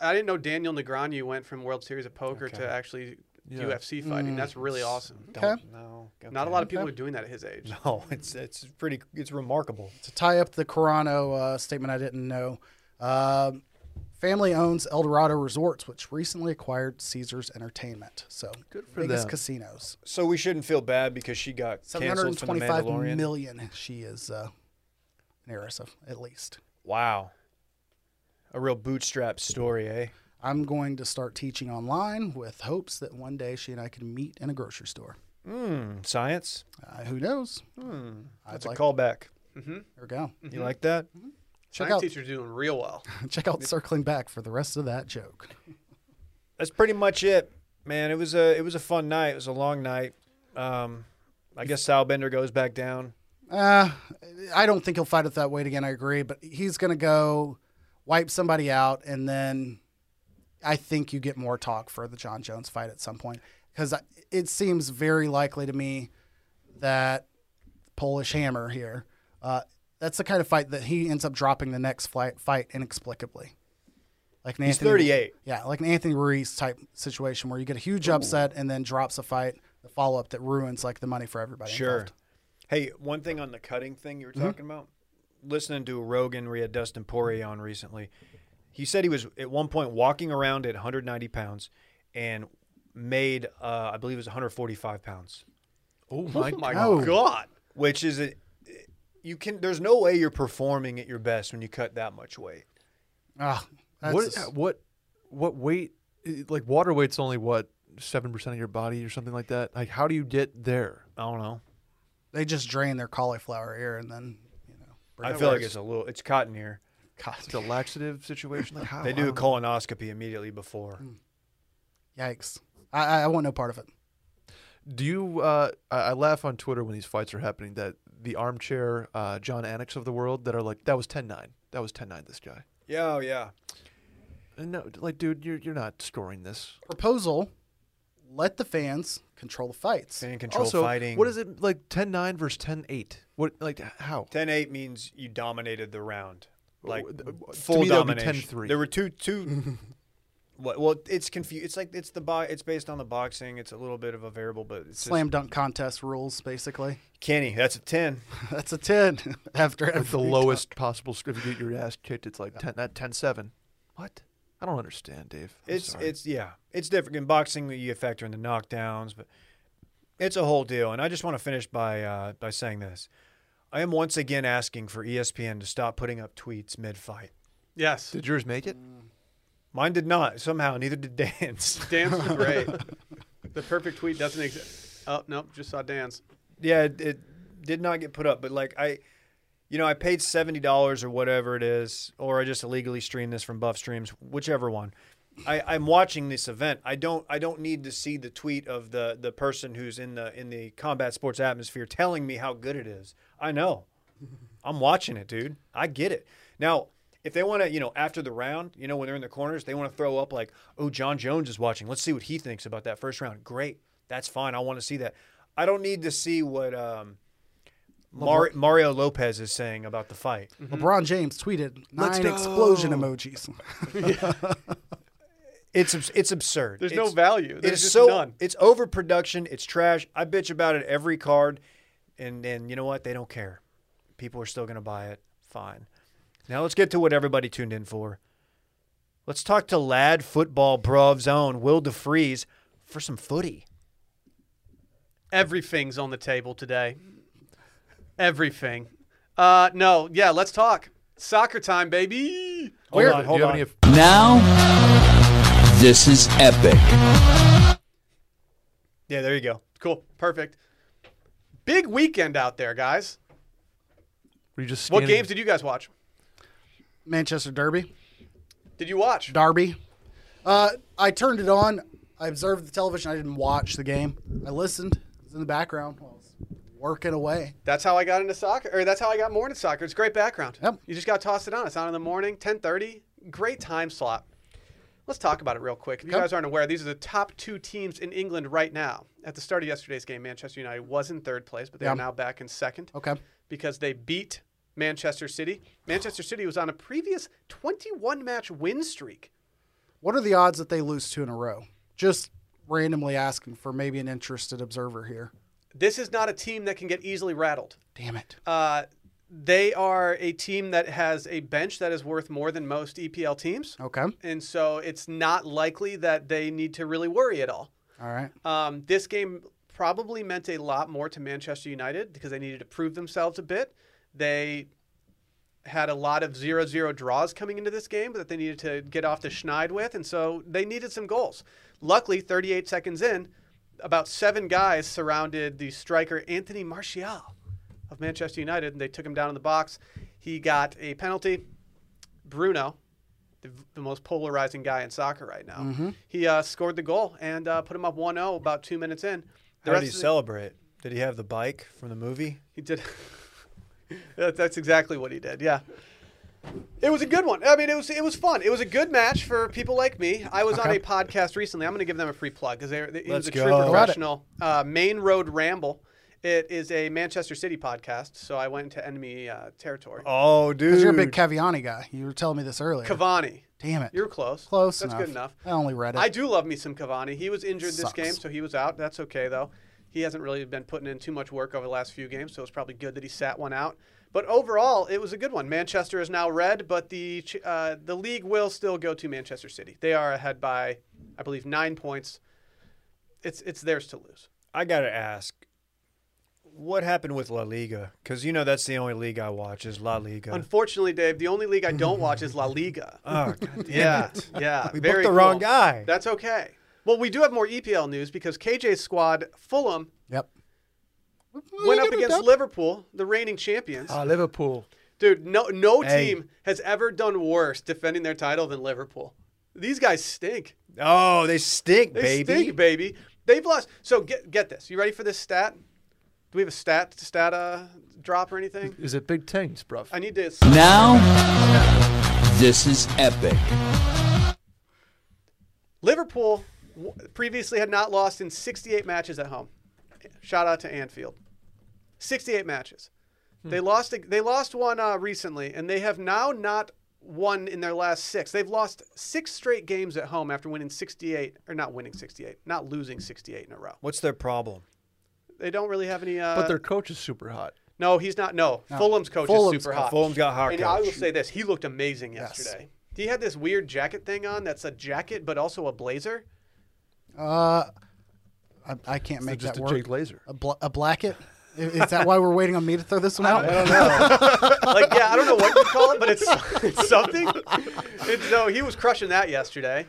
D: I didn't know Daniel Negreanu went from World Series of Poker to actually UFC fighting. That's really awesome.
B: Don't know.
D: Not a lot of people are doing that at his age.
B: No, Oh, it's it's pretty. It's remarkable.
C: to tie up the Carano uh, statement I didn't know, um, Family owns Eldorado Resorts, which recently acquired Caesars Entertainment. So biggest
E: them.
C: casinos.
B: So we shouldn't feel bad because she got canceled from the
C: 725
B: Mandalorian.
C: million she is uh, an heiress of, at least.
B: wow, a real bootstrap story, eh?
C: I'm going to start teaching online with hopes that one day she and I can meet in a grocery store.
B: Mm, science.
C: Uh, who knows?
B: That's
C: I'd like- Mm-hmm.
B: a callback.
C: There we go.
B: You like that?
C: Check
D: Science
C: out,
D: teacher's doing real well.
C: (laughs) check out Circling Back for the rest of that joke.
B: That's pretty much it, man. It was a it was a fun night. It was a long night. Um, I guess Sal Bender goes back down.
C: Uh, I don't think he'll fight it that weight again. I agree, but he's going to go wipe somebody out, and then I think you get more talk for the John Jones fight at some point because it seems very likely to me that Polish Hammer here. Uh, that's the kind of fight that he ends up dropping the next fight, fight inexplicably. Like an
B: He's
C: Anthony,
B: 38.
C: Yeah, like an Anthony Ruiz type situation where you get a huge upset and then drops a fight, the follow up that ruins like the money for everybody.
B: Sure.
C: involved.
B: Hey, one thing on the cutting thing you were talking about. Listening to Rogan, we had Dustin Poirier on recently. He said he was at one point walking around at 190 pounds and made, uh, I believe it was 145 pounds,
D: (laughs)
E: Oh my
D: Oh my
C: God.
D: God.
B: which is a, you can. There's no way you're performing at your best when you cut that much weight.
C: Ah, that's
E: What
C: just-
E: what what weight? i- Like water weight's only what seven percent of your body or something like that. Like how do you get there?
B: I don't know.
C: they just drain their cauliflower ear and then you know bring
B: I
C: it
B: feel like
C: works.
B: it's a little. It's cotton here.
E: It's a laxative situation. Like how
B: They
E: I
B: do a
E: don't-
B: colonoscopy immediately before.
C: yikes. I, I I want no part of it.
E: Do you? Uh, I, I laugh on Twitter when these fights are happening. That the armchair uh, John Annex of the world that are like that was 10-9. That was 10-9 This guy.
B: Yeah, oh, yeah.
E: And no, like dude, you're you're not scoring this.
C: Proposal: Let the fans control the fights.
B: Fan control
E: also,
B: fighting.
E: what is it like 10-9 versus 10-8? What like how?
B: 10 8 means you dominated the round. Like
E: w- w- Oh, to
B: full
E: me, that would be
B: domination.
E: 10-3.
B: There were two,
E: (laughs)
B: two. what, well, it's confused. It's like it's the bo- It's based on the boxing. It's a little bit of a variable, but it's just-
C: Slam dunk contest rules, basically. (laughs)
B: Kenny, that's a 10.
C: That's a ten (laughs) after
E: Like the
C: every
E: lowest possible score. If you get your ass kicked, it's like 10, not 10-7. What? I don't understand, Dave. I'm
B: It's,
E: sorry.
B: it's, yeah, it's different. In boxing, you factor in the knockdowns, but it's a whole deal. And I just want to finish by, uh, by saying this. I am once again asking for E ESPN to stop putting up tweets mid fight.
D: Yes.
E: Did yours make it?
D: Mm.
B: Mine did not, somehow, neither did Dan's. (laughs)
D: Dance was great. the perfect tweet doesn't exist. Oh nope, just saw Dan's.
B: Yeah, it, it did not get put up, but like I, you know, I paid seventy dollars or whatever it is, or I just illegally streamed this from Buff Streams, whichever one. I, I'm watching this event. I don't I don't need to see the tweet of the the person who's in the in the combat sports atmosphere telling me how good it is. I know. I'm watching it, dude. I get it. Now, if they want to, you know, after the round, you know, when they're in the corners, they want to throw up like, oh, John Jones is watching. Let's see what he thinks about that first round. Great. That's fine. I want to see that. I don't need to see what um, Mar- Mario Lopez is saying about the fight.
C: LeBron James tweeted nine explosion emojis. (laughs)
B: It's abs- it's absurd.
D: There's
B: It's-
D: no value. There's
B: it's
D: just
B: so
D: none.
B: it's overproduction. It's trash. I bitch about it every card, and and you know what? They don't care. People are still gonna buy it. Fine. Now let's get to what everybody tuned in for. Let's talk to Lad Football Bruv's own Will DeFries for some footy.
D: Everything's on the table today. Everything. Uh no, yeah, let's talk. Soccer time, baby.
B: Hold
E: Where-
B: on,
E: do
B: hold
E: you have
B: on.
E: any of-
I: Now, this is epic.
B: yeah, there you go.
D: Cool. Perfect. Big weekend out there, guys.
E: were you just
D: What
E: scanning-
D: games did you guys watch?
C: Manchester Derby.
D: Did you watch?
C: Darby. Uh, I turned it on. I observed the television. I didn't watch the game. I listened. It was in the background while I was working away.
D: That's how I got into soccer, or that's how I got more into soccer. It's great background.
C: Yep.
D: You just got tossed it on. It's on in the morning, 10:30. Great time slot. Let's talk about it real quick. If you
C: Yep.
D: guys aren't aware, these are the top two teams in England right now. At the start of yesterday's game, Manchester United was in third place, but they're
C: Yep.
D: now back in second
C: Okay.
D: because they beat Manchester City. Manchester City was on a previous 21-match win streak.
C: What are the odds that they lose two in a row? Just randomly asking for maybe an interested observer here.
D: This is not a team that can get easily rattled.
C: Damn it.
D: Uh, They are a team that has a bench that is worth more than most EPL teams.
C: Okay.
D: And so it's not likely that they need to really worry at all.
C: All right.
D: Um, this game probably meant a lot more to Manchester United because they needed to prove themselves a bit. They had a lot of 0 0 draws coming into this game that they needed to get off the schneid with, and so they needed some goals. Luckily, 38 seconds in, about seven guys surrounded the striker Anthony Martial of Manchester United, and they took him down in the box. He got a penalty. Bruno, the, the most polarizing guy in soccer right now, he uh, scored the goal and uh, put him up 1 0 about two minutes in. The
B: How did he
D: of the-
B: celebrate? Did he have the bike from the movie?
D: He did. (laughs) That- That's exactly what he did. Yeah. It was a good one. I mean, it was it was fun. It was a good match for people like me. I was on a podcast recently. I'm going to give them a free plug because they're they, it was
B: Let's
D: a
B: go.
D: true
B: Go at it.
D: professional. Uh, Main Road Ramble. It is a Manchester City podcast, so I went into enemy uh, territory.
B: Oh, dude.
C: Because you're a big Caviani guy. You were telling me this earlier.
D: Cavani,
C: Damn it.
D: you're close.
C: Close
D: That's good enough.
B: Oh,
C: I only read it.
D: I do love me some Cavani. He was injured this
C: Sucks.
D: game, so he was out. That's okay though. He hasn't really been putting in too much work over the last few games, so it's probably good that he sat one out. But overall, it was a good one. Manchester is now red, but the ch- uh, the league will still go to Manchester City. They are ahead by, I believe, nine points. It's it's theirs to lose.
B: I gotta ask, what happened with La Liga? Because you know that's the only league I watch is La Liga.
D: Unfortunately, Dave, the only league I don't watch is La Liga.
B: (laughs) Oh, God damn
D: yeah,
B: it.
D: yeah.
B: (laughs) We booked
D: very
B: the wrong
D: cool.
B: guy.
D: That's okay. Well, we do have more EPL news because KJ's squad, Fulham,
C: yep.
D: went up against Liverpool, the reigning champions.
E: Ah, Liverpool.
D: Dude, no no
B: Hey.
D: team has ever done worse defending their title than Liverpool. These guys stink.
B: Oh, they stink,
D: They
B: baby.
D: stink, baby. They've lost. So get get this. You ready for this stat? Do we have a stat stat uh, drop or anything?
E: Is it Big Tings, bruv?
D: I need to.
I: Now, this is epic.
D: Liverpool w- previously had not lost in 68 matches at home. Shout out to Anfield. 68 matches. They lost. They lost one uh, recently, and they have now not won in their last six. They've lost six straight games at home after winning 68, or not winning 68, not losing 68 in a row.
B: What's their problem?
D: They don't really have any. Uh,
E: but their coach is super hot.
D: no, he's not. No, Fulham's coach
C: Fulham's
D: is super
C: coach.
D: hot.
B: Fulham's got hot
D: And I will
B: coach.
D: say this: he looked amazing yesterday. He had this weird jacket thing on that's a jacket but also a blazer.
C: Uh, I, I can't make
E: just
C: that
E: a
C: work.
E: Jake Laser.
C: A, bl- a blacket? I- Is that why we're waiting on me to throw this one out?
D: like yeah, I don't know what you call it, but it's, (laughs) it's something. It's, no, he was crushing that yesterday.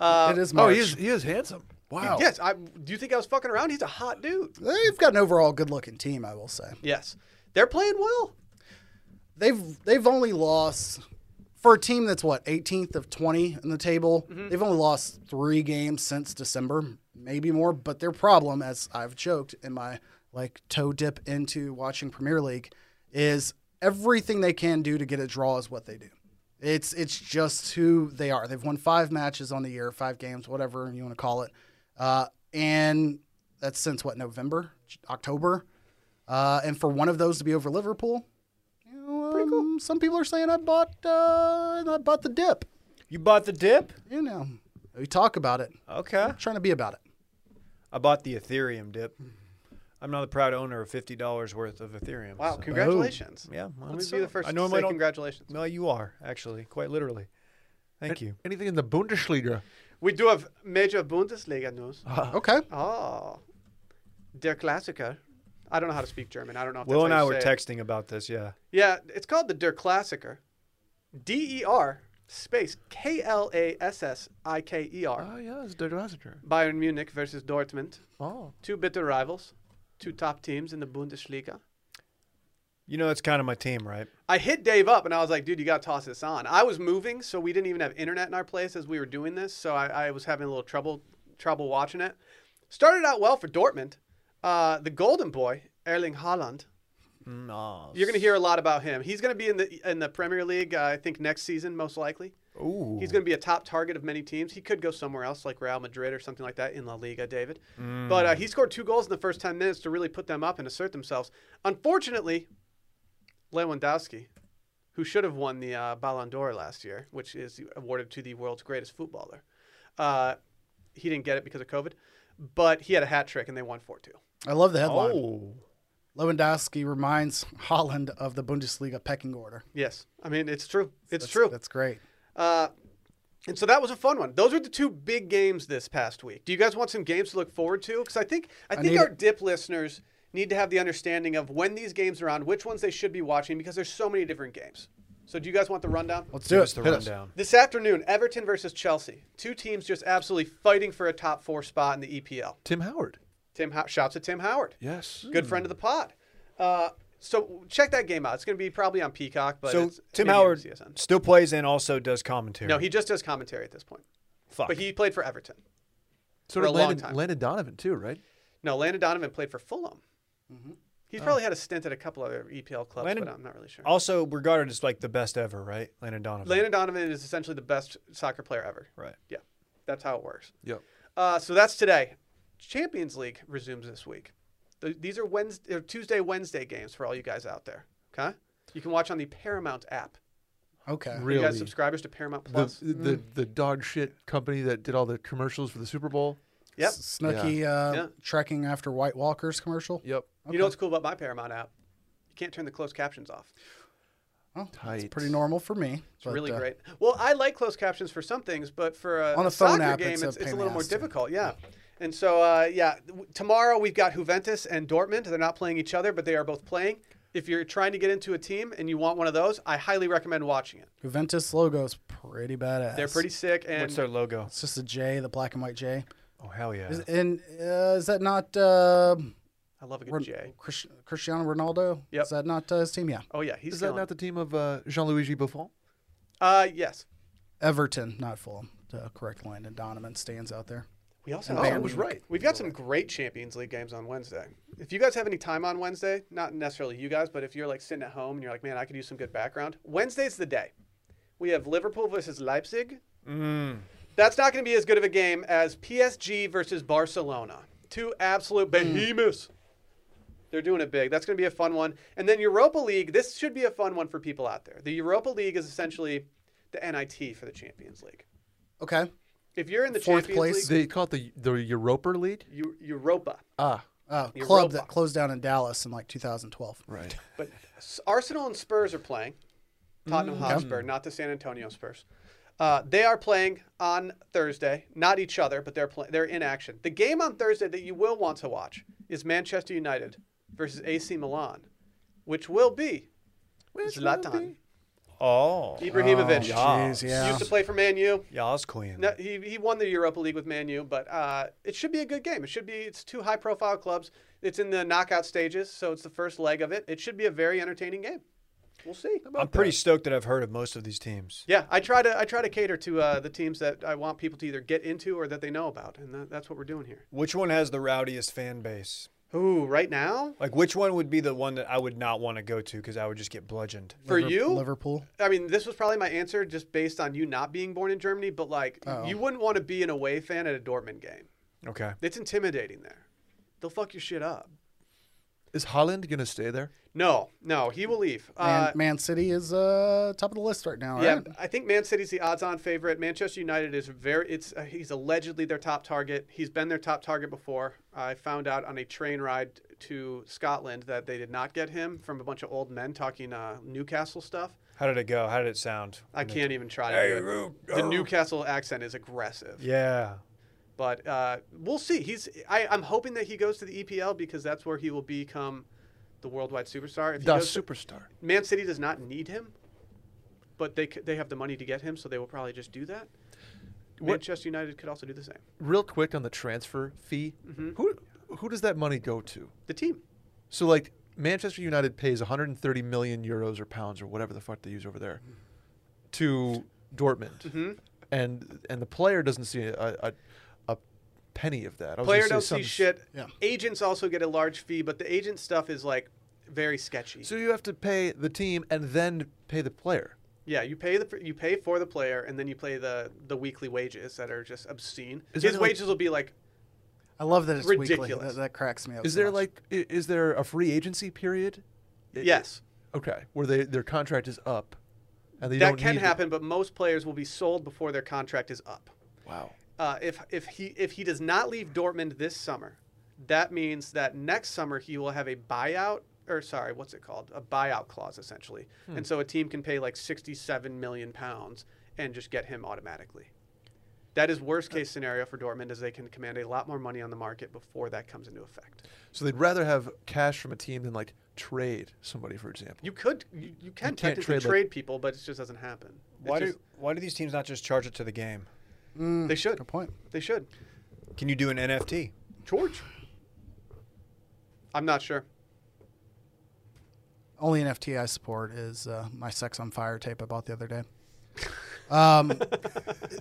C: it is
E: Oh,
C: March.
E: he is, he is handsome. Wow.
D: Uh, Yes, I do you think I was fucking around? He's a hot dude.
C: (laughs) They've got an overall good-looking team, I will say.
D: Yes, they're playing well.
C: They've they've only lost for a team that's what 18th of 20 in the table. They've only lost three games since December, maybe more. But their problem, as I've joked in my like toe dip into watching Premier League, is everything they can do to get a draw is what they do. It's it's just who they are. They've won five matches on the year, five games, whatever you want to call it, uh, and that's since what November, October, uh, and for one of those to be over Liverpool, Pretty cool. Um, Some people are saying I bought uh, I bought the dip.
B: You bought the dip?
C: You know, we talk about it.
B: Okay.
C: I'm trying to be about it.
B: I bought the Ethereum dip. I'm now the proud owner of fifty dollars worth of Ethereum.
D: Wow,
B: so- Oh.
D: congratulations.
B: Yeah, well,
D: let me
B: that's
D: be the
B: all.
D: first
B: I
D: to
B: normally
D: say
B: don't-
D: congratulations.
B: No, you are actually quite literally. Thank you.
E: Anything in the Bundesliga?
D: We do have major Bundesliga news.
C: Okay.
B: Ah.
D: Oh, der Klassiker. I don't know how to speak German. I don't know. if that's
B: Will and
D: how
B: I
D: you
B: were
D: say it.
B: texting about this. Yeah.
D: Yeah, it's called the Der Klassiker. D E R space K L A S S I K E R.
E: Oh, yeah, it's Der Klassiker.
D: Bayern Munich versus Dortmund.
E: Oh.
D: Two bitter rivals, two top teams in the Bundesliga.
B: You know that's kind of my team, right?
D: I hit Dave up and I was like, dude, you got to toss this on. I was moving, so we didn't even have internet in our place as we were doing this, so I, I was having a little trouble trouble watching it. Started out well for Dortmund. Uh, the golden boy, Erling Haaland.
B: No.
D: You're going to hear a lot about him. He's going to be in the in the Premier League, uh, I think, next season, most likely.
B: Ooh.
D: He's going to be a top target of many teams. He could go somewhere else, like Real Madrid or something like that in La Liga, David. But uh, he scored two goals in the first 10 minutes to really put them up and assert themselves. Unfortunately, Lewandowski, who should have won the uh, Ballon d'Or last year, which is awarded to the world's greatest footballer, uh, he didn't get it because of COVID, but he had a hat trick and they won 4 2.
C: I love the headline.
B: Oh.
C: Lewandowski reminds Holland of the Bundesliga pecking order.
D: Yes, I mean it's true. It's
C: That's-
D: true.
C: That's great.
D: Uh, and so that was a fun one. Those were the two big games this past week. Do you guys want some games to look forward to? Because I think I think
C: need
D: our dip listeners need to have the understanding of when these games are on, which ones they should be watching, because there's so many different games. So do you guys want the rundown?
C: Let's do
E: Give
C: it.
E: us the
C: Hit us.
E: rundown.
D: This afternoon, Everton versus Chelsea. Two teams just absolutely fighting for a top four spot in the EPL.
E: Tim Howard.
D: Tim How- shouts at Tim Howard.
E: Yes.
D: Good friend of the pod. Uh, so check that game out. It's going to be probably on Peacock, but
B: So
D: it's
B: Tim
D: maybe on
B: Howard
D: CSN.
B: still plays and also does commentary.
D: No, he just does commentary at this point.
B: Fuck.
D: But he played for Everton.
E: Sort
D: for
E: of
D: a long
E: Landon,
D: time.
E: Landon Donovan too, right?
D: No, Landon Donovan played for Fulham. He's probably had a stint at a couple other EPL clubs,
B: Landon-
D: but I'm not really sure.
B: also regarded as like the best ever, right? Landon Donovan.
D: Landon Donovan is essentially the best soccer player ever.
B: Right.
D: Yeah, that's how it works.
E: Yep.
D: Uh, so that's today. Champions League resumes this week. Th- these are Wednesday, or Tuesday, Wednesday games for all you guys out there. Okay, you can watch on the Paramount app.
C: Okay.
D: Are You
E: Really.
D: guys subscribers to Paramount
E: The,
D: Plus?
E: the
C: Mm.
E: the dog shit company that did all the commercials for the Super Bowl.
D: yep.
C: Snooky uh,
D: Yeah.
C: trekking after White Walkers commercial.
E: Yep.
D: You know what's cool about my Paramount app? You can't turn the closed captions off.
C: Well,
E: Tight.
C: Pretty normal for me.
D: It's really great. Well, I like closed captions for some things, but for a,
C: uh, On
D: a
C: the phone
D: soccer
C: app,
D: game,
C: it's
D: it's,
C: a
D: it's,
C: pain
D: a
C: in
D: little
C: the
D: more
C: ass, too.
D: difficult. Yeah. And so, uh, yeah, w- tomorrow we've got Juventus and Dortmund. They're not playing each other, but they are both playing. If you're trying to get into a team and you want one of those, I highly recommend watching it.
C: Juventus logo's pretty badass.
D: They're pretty sick, and
B: What's their logo?
C: It's just a J, the black and white J.
B: Oh hell yeah!
C: Is, and uh, is that not uh,
D: I love a good
C: Ron-
D: J.
C: Chris- Cristiano Ronaldo?
D: Yep.
C: Is that not uh, his team? Yeah.
D: Oh yeah, he's
E: Is that
D: killing
E: not the team of uh, Jean-Luigi Buffon?
D: it. Uh, yes.
C: Everton, not Fulham. To correct line, and Donovan stands out there.
D: We also
E: Oh, I was right.
D: We've got some great Champions League games on Wednesday. If you guys have any time on Wednesday, not necessarily you guys, but if you're like sitting at home and you're like, man, I could use some good background, Wednesday's the day. We have Liverpool versus Leipzig. That's not going to be as good of a game as PSG versus Barcelona. Two absolute behemoths. They're doing it big. That's going to be a fun one. And then Europa League, this should be a fun one for people out there. The Europa League is essentially the NIT for the Champions League.
C: Okay.
D: If you're in the
C: Fourth
D: Champions
C: place.
D: League,
E: They call it the the Europa League.
D: Eu- Europa.
E: Ah,
C: Uh,
D: Europa.
C: club that closed down in Dallas in like 2012.
E: right.
D: But S- Arsenal and Spurs are playing. Tottenham
C: Mm.
D: Hotspur, not the San Antonio Spurs. Uh, they are playing on Thursday, not each other, but they're play- they're in action. The game on Thursday that you will want to watch is Manchester United versus AC Milan, which will be Zlatan
B: oh,
D: Ibrahimovic.
C: Jeez,
D: He
C: yeah.
D: used to play for Man U.
B: Yas Queen.
D: No, he, he won the Europa League with Man U, but uh, it should be a good game. It should be it's two high profile clubs. It's in the knockout stages, so it's the first leg of it. It should be a very entertaining game. We'll see.
B: I'm pretty stoked that I've heard of most of these teams.
D: Yeah, I try to I try to cater to uh, the teams that I want people to either get into or that they know about, and that, that's what we're doing here.
B: Which one has the rowdiest fan base?
D: Ooh, right now
B: Like, which one would be the one that I would not want to go to because I would just get bludgeoned?
D: for
C: Liver-
D: you,
C: Liverpool.
D: I mean, this was probably my answer just based on you not being born in Germany, but like you wouldn't want to be an away fan at a Dortmund game.
B: Okay.
D: It's intimidating there. They'll fuck your shit up.
E: Is Holland gonna stay there?
D: No, no, he will leave.
C: Man,
D: Uh,
C: Man City is uh, top of the list right now.
D: yeah,
C: Right?
D: I think Man City's the odds-on favorite. Manchester United is very. It's uh, he's allegedly their top target. He's been their top target before. I found out on a train ride to Scotland that they did not get him from a bunch of old men talking uh, Newcastle stuff.
B: How did it go? How did it sound?
D: I can't even try to.
B: Hey,
D: do it.
B: Ru-
D: The
B: oh.
D: Newcastle accent is aggressive,
B: Yeah.
D: but uh, we'll see. He's. I, I'm hoping that he goes to the EPL because that's where he will become the worldwide superstar. If he
E: The
D: goes to-
E: superstar.
D: Man City does not need him, but they c- they have the money to get him, so they will probably just do that. Manchester United could also do the same.
E: Real quick on the transfer fee.
D: Mm-hmm.
E: Who who does that money go to?
D: The team.
E: So like Manchester United pays 130 million euros or pounds or whatever the fuck they use over there to Dortmund,
D: Mm-hmm.
E: and and the player doesn't see a, a, a penny of that. I was gonna
D: Player
E: say
D: don't see
E: something-
D: shit.
C: yeah.
D: Agents also get a large fee, but the agent stuff is like very sketchy.
E: So you have to pay the team and then pay the player.
D: yeah, you pay the pr- you pay for the player, and then you pay the the weekly wages that are just obscene.
E: Is
D: His
E: it like-
D: wages will be like
C: I love that it's weekly.
D: Ridiculous.
C: That, that cracks me up.
E: Is
C: so
E: there
C: much.
E: like i- is there a free agency period? I-
D: yes,
E: Okay, where they their contract is up, and they
D: that
E: don't
D: can
E: need it.
D: happen, but most players will be sold before their contract is up.
E: Wow.
D: uh, if if he if he does not leave Dortmund this summer, That means that next summer he will have a buyout, or sorry, what's it called? A buyout clause, essentially. And so a team can pay like 67 million pounds and just get him automatically. That is worst case scenario for Dortmund, as they can command a lot more money on the market before that comes into effect.
E: So they'd rather have cash from a team than like trade somebody, for example.
D: You could, you, you can
E: can't
D: technically
E: trade,
D: trade,
E: like-
D: people, but it just doesn't happen. It's
B: Why
D: just-
B: do why do these teams not just charge it to the game?
D: they should?
C: Good point.
D: They should.
B: Can you do an NFT?
D: George. I'm not sure.
C: Only NFT I support is uh, my Sex on Fire tape I bought the other
D: (laughs)
C: day. Um,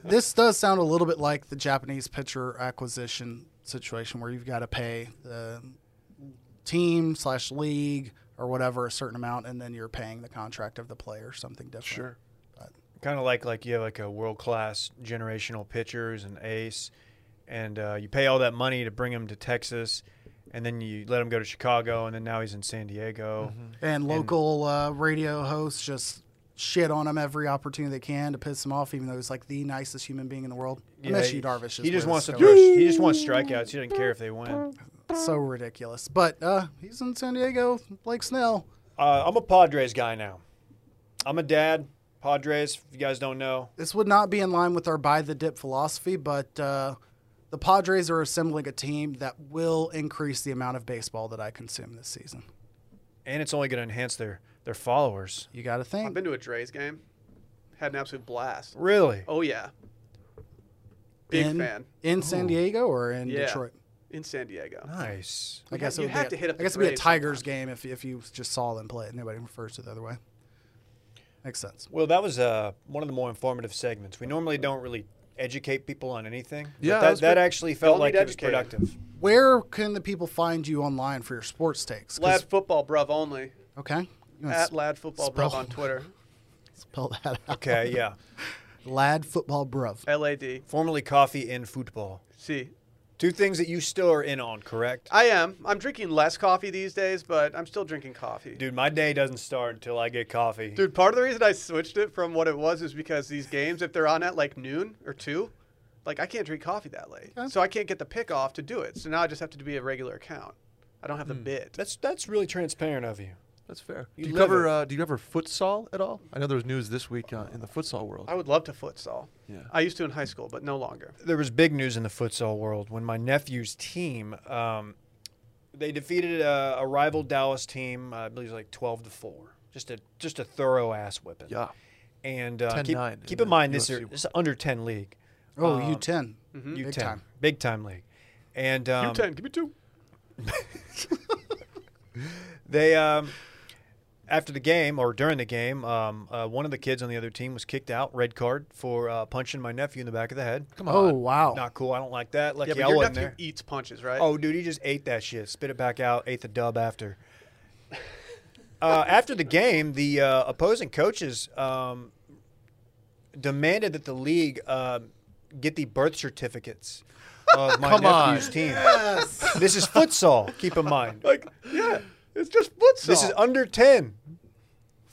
C: this does sound a little bit like the Japanese pitcher acquisition situation where you've got to pay the team slash league or whatever a certain amount, and then you're paying the contract of the player or something different.
E: Sure.
B: Kind of like like you have like a world class generational pitchers and ace, and uh, you pay all that money to bring him to Texas, and then you let him go to Chicago, and then now he's in San Diego.
D: Mm-hmm.
C: And local uh, radio hosts just shit on him every opportunity they can to piss him off, even though he's like the nicest human being in the world. I miss
B: he-
C: you, Darvish. is
B: He just
C: where
B: wants
C: this
B: to
C: goes.
B: throw. He just wants strikeouts. He doesn't care if they win.
C: So ridiculous. But uh, he's in San Diego, Blake Snell.
B: Uh, I'm a Padres guy now. I'm a dad. Padres. If you guys don't know,
C: This would not be in line with our buy the dip philosophy, but uh, the Padres are assembling a team that will increase the amount of baseball that I consume this season.
B: and it's only going to enhance their their followers.
C: You got to
D: I've
C: think.
D: been to a Dre's game. Had an absolute blast.
B: Really?
D: Oh yeah. Big
C: in,
D: fan.
C: In
B: Oh.
C: San Diego or in
D: Yeah.
C: Detroit?
D: In San Diego.
B: Nice.
C: I guess
D: you
C: it would
D: have
C: be
D: to
C: a,
D: hit up
C: I
D: the
C: guess it'd be a
D: Braves
C: Tigers game if, if you just saw them play it. Nobody refers to it the other way. Makes sense.
B: Well, that was uh, one of the more informative segments. We normally don't really educate people on anything. but
E: Yeah, that
B: that,
E: was
B: that
E: good.
B: actually felt
D: Y'all
B: like
D: need
B: it was
D: educated.
B: productive.
C: Where can the people find you online for your sports takes? 'Cause-
D: Lad football bruv only.
C: Okay. You wanna
D: At Lad Football Bruv
C: spell-
D: on Twitter.
C: spell that out.
B: Okay, yeah.
C: (laughs) Lad football bruv.
D: L A D
B: Formerly coffee and football.
D: C.
B: Two things that you still are in on, correct?
D: I am. I'm drinking less coffee these days, but I'm still drinking coffee.
B: Dude, my day doesn't start until I get coffee.
D: Dude, part of the reason I switched it from what it was is because these games, if they're on at like noon or two, like I can't drink coffee that late. So I can't get the pick off to do it. So now I just have to be a regular account. I don't have
C: Hmm.
D: the bid.
B: That's that's really transparent of you.
E: That's fair. do you
B: live
E: cover
B: it.
E: uh, do you cover futsal at all? I know there was news this week uh, in the futsal world.
D: I would love to futsal.
E: Yeah.
D: I used to in high school, but no longer.
B: There was big news in the futsal world when my nephew's team, um, they defeated a, a rival Dallas team. I believe it was like twelve to four. Just a just a thorough ass whipping.
E: yeah.
B: And uh,
E: 10-9
B: keep,
E: in
B: keep
E: the
B: in mind this,
E: UFC
B: are, this is an under ten league.
D: Um,
C: Oh, U10.
D: mm-hmm.
B: U
C: Big
B: ten,
C: time.
B: big time league, and um,
D: You 10, give me two.
B: they um, after the game or during the game, um, uh, one of the kids on the other team was kicked out, red card for uh, punching my nephew in the back of the head. Come
C: Oh, wow.
B: not cool. I don't like that. Lucky
D: Yeah,
B: I
D: but your
B: wasn't
D: nephew
B: there.
D: eats punches, right?
B: Oh, dude, he just ate that shit. Spit it back out. Ate the dub after. (laughs) Uh, after the game, the uh, opposing coaches um, demanded that the league uh, get the birth certificates of
D: (laughs)
B: my
E: Come on.
B: nephew's team. This is futsal. Keep in mind.
D: Like, yeah, it's just futsal.
B: This is under ten.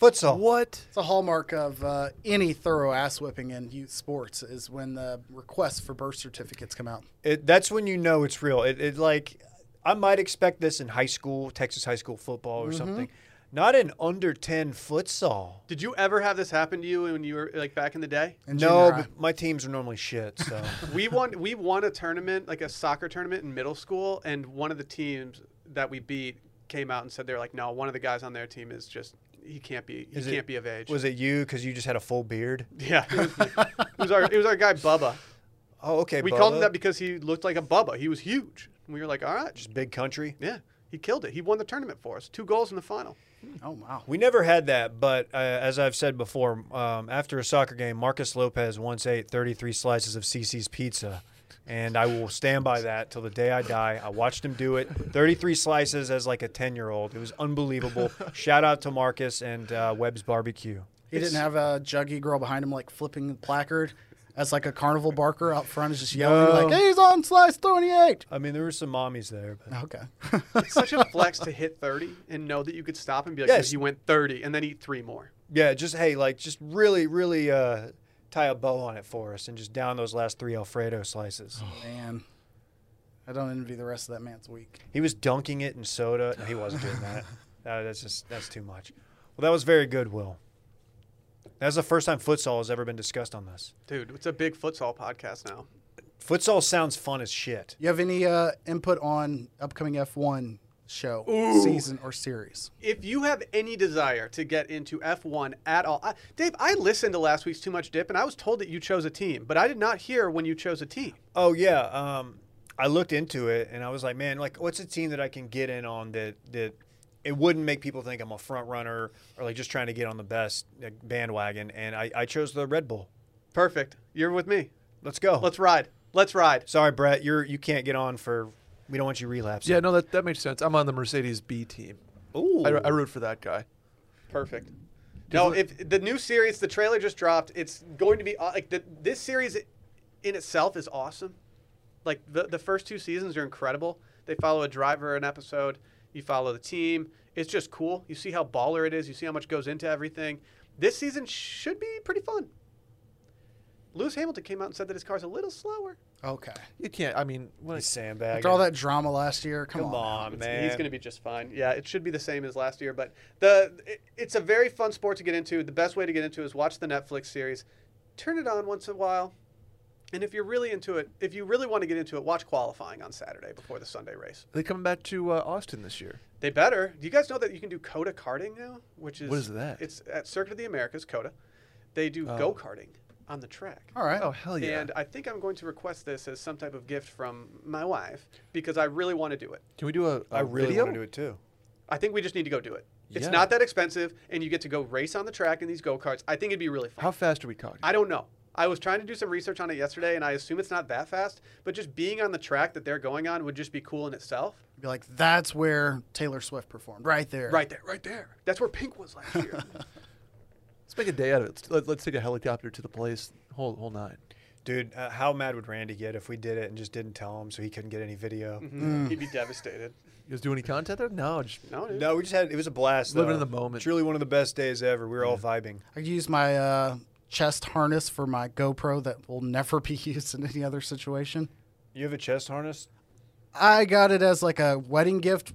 B: Futsal.
E: What?
C: It's a hallmark of uh, any thorough ass whipping in youth sports is when the requests for birth certificates come out.
B: It, that's when you know it's real. It, it like I might expect this in high school, Texas high school football
D: Mm-hmm.
B: or something. Not an under ten futsal.
D: Did you ever have this happen to you when you were like back in the day?
B: (laughs)
C: And
B: No,
C: junior high.
B: but my teams are normally shit.
D: (laughs)
B: So
D: we won we won a tournament like a soccer tournament in middle school and one of the teams that we beat came out and said they're like no one of the guys on their team is just he can't be he
B: Is it-
D: can't be of age
B: was it you because you just had a full beard?
D: (laughs) yeah
B: (laughs)
D: it was, it was our it was our guy bubba
B: Oh, okay.
D: we
B: Bubba.
D: called him that because he looked like a bubba he was huge and we were like all right just
B: Just big country.
D: yeah he killed it he won the tournament for us two goals in the final
C: Oh wow!
B: We never had that, but uh, as I've said before, um, after a soccer game, Marcus Lopez once ate 33 slices of CC's pizza, and I will stand by that till the day I die. I watched him do it, 33 slices as like a 10 year old. It was unbelievable. Shout out to Marcus and uh, Webb's Barbecue.
C: He didn't have a juggy girl behind him like flipping the placard as like a carnival barker out front is just yelling
B: No.
C: like, "Hey, he's on slice twenty-eight.
B: I mean, there were some mommies there, but
C: Okay. (laughs)
D: it's such a flex to hit 30 and know that you could stop and be like
B: Yes.
D: you went 30 and then eat three more
B: Yeah, just hey, like just really, really uh, tie a bow on it for us, and just down those last three Alfredo slices.
C: Man, I don't envy the rest of that man's week.
B: He was dunking it in soda. No, he wasn't doing that. Uh, that's just that's too much. Well, that was very good, Will. That's the first time futsal has ever been discussed on this.
D: Dude, it's a big futsal podcast now.
B: Futsal sounds fun as shit.
C: You have any uh, input on upcoming F1 show, season, or series?
D: If you have any desire to get into F1 at all, I, Dave, I listened to last week's Too Much Dip, and I was told that you chose a team, but I did not hear when you chose a team.
B: Oh yeah, um, I looked into it and I was like, man, like what's a team that I can get in on that that it wouldn't make people think I'm a front runner or like just trying to get on the best like, bandwagon. And I, I chose the Red Bull.
D: Perfect. You're with me.
B: Let's go.
D: Let's ride. Let's ride.
B: Sorry, Brett, you're you can't get on for. We don't want you relapsing.
E: Yeah, no, that, that makes sense. I'm on the Mercedes B team.
B: Ooh.
E: I, I root for that guy.
D: Perfect. No, if the new series, the trailer just dropped. It's going to be aw- like the, this series in itself is awesome. Like the the first two seasons are incredible. They follow a driver an episode. You follow the team. It's just cool. You see how baller it is. You see how much goes into everything. This season should be pretty fun. Lewis Hamilton came out and said that his car's a little slower.
C: Okay.
E: You can't. I mean, when
B: He's sandbagging.
C: After all that drama last year, come,
B: Come
C: on.
B: on,
D: Um, It's-
B: man.
D: He's going to be just fine. Yeah, it should be the same as last year, but the it, it's a very fun sport to get into. The best way to get into is watch the Netflix series, turn it on once in a while, and if you're really into it, if you really want to get into it, watch qualifying on Saturday before the Sunday race.
E: they coming back to uh, Austin this year.
D: They better. Do you guys know that you can do Coda karting now? Which is
E: What is that?
D: It's at Circuit of the Americas, Coda. They do go karting on the track.
C: All right.
E: Oh hell yeah!
D: And I think I'm going to request this as some type of gift from my wife because I really want to do it.
E: Can we do a a
B: I really
E: video?
B: want to do it too.
D: I think we just need to go do it. It's
E: Yeah.
D: not that expensive, and you get to go race on the track in these go karts. I think it'd be really fun.
E: How fast are we caught?
D: I don't know. I was trying to do some research on it yesterday, and I assume it's not that fast, but just being on the track that they're going on would just be cool in itself.
C: Be like, that's where Taylor Swift performed, right there.
D: Right there, right there. That's where Pink was last
E: (laughs)
D: year.
E: Let's make a day out of it. Let's- Let, let's take a helicopter to the place. Whole whole nine.
B: Dude, uh, how mad would Randy get if we did it and just didn't tell him so he couldn't get any video?
D: He'd be devastated.
E: You guys do any content there? No, just
D: No, dude.
B: No, we just had it was a blast.
E: Living in
B: though.
E: the moment.
B: Truly one of the best days ever. We were all vibing.
C: I could use my uh, chest harness for my GoPro that will never be (laughs) used in any other situation.
B: You have a chest harness?
C: I got it as like a wedding gift.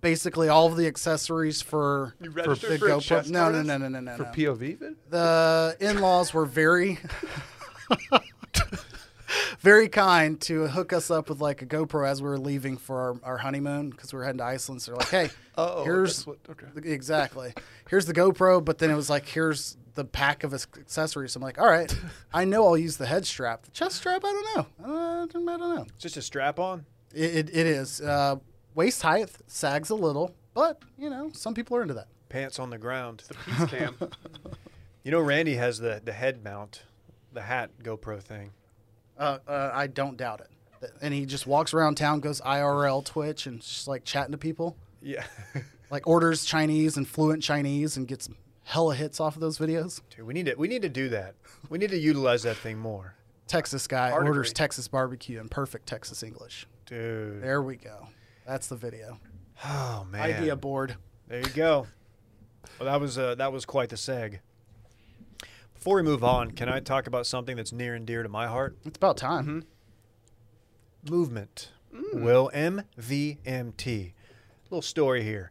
C: Basically, all of the accessories for
D: You
C: the
D: registered for a
C: GoPro.
D: chest
C: No, no,
D: harness?
C: no, no, no, no.
E: for
C: no.
E: POV. Then?
C: the in-laws were very (laughs) very kind to hook us up with like a GoPro as we were leaving for our, our honeymoon because we were heading to Iceland. So they're like, hey,
E: Oh,
C: here's
E: that's what- okay.
C: exactly here's the GoPro, but then it was like here's the pack of ac- accessories. So I'm like, all right, I know I'll use the head strap, the chest strap. I don't know, Uh, I don't, I don't know.
B: It's just a strap on?
C: It, it, it is uh, waist height sags a little, but you know some people are into that.
B: Pants on the ground.
D: Peace
E: (laughs)
D: cam.
B: You know Randy has the, the head mount, the hat GoPro thing.
C: Uh, uh, I don't doubt it. And he just walks around town, goes IRL Twitch, and just like chatting to people.
B: Yeah.
C: Like orders Chinese and fluent Chinese, and gets hella hits off of those videos.
B: (laughs) Dude, we need to we need to do that. We need to utilize that thing more.
C: Texas guy
D: Hard
C: orders
D: agree.
C: Texas barbecue in perfect Texas English.
B: Dude.
C: There we go. That's the video.
B: Oh man.
C: Idea board.
B: There you go. Well, that was uh, that was quite the seg. Before we move on, can I talk about something that's near and dear to my heart?
C: It's about time.
B: movement. Will MVMT. Little story here.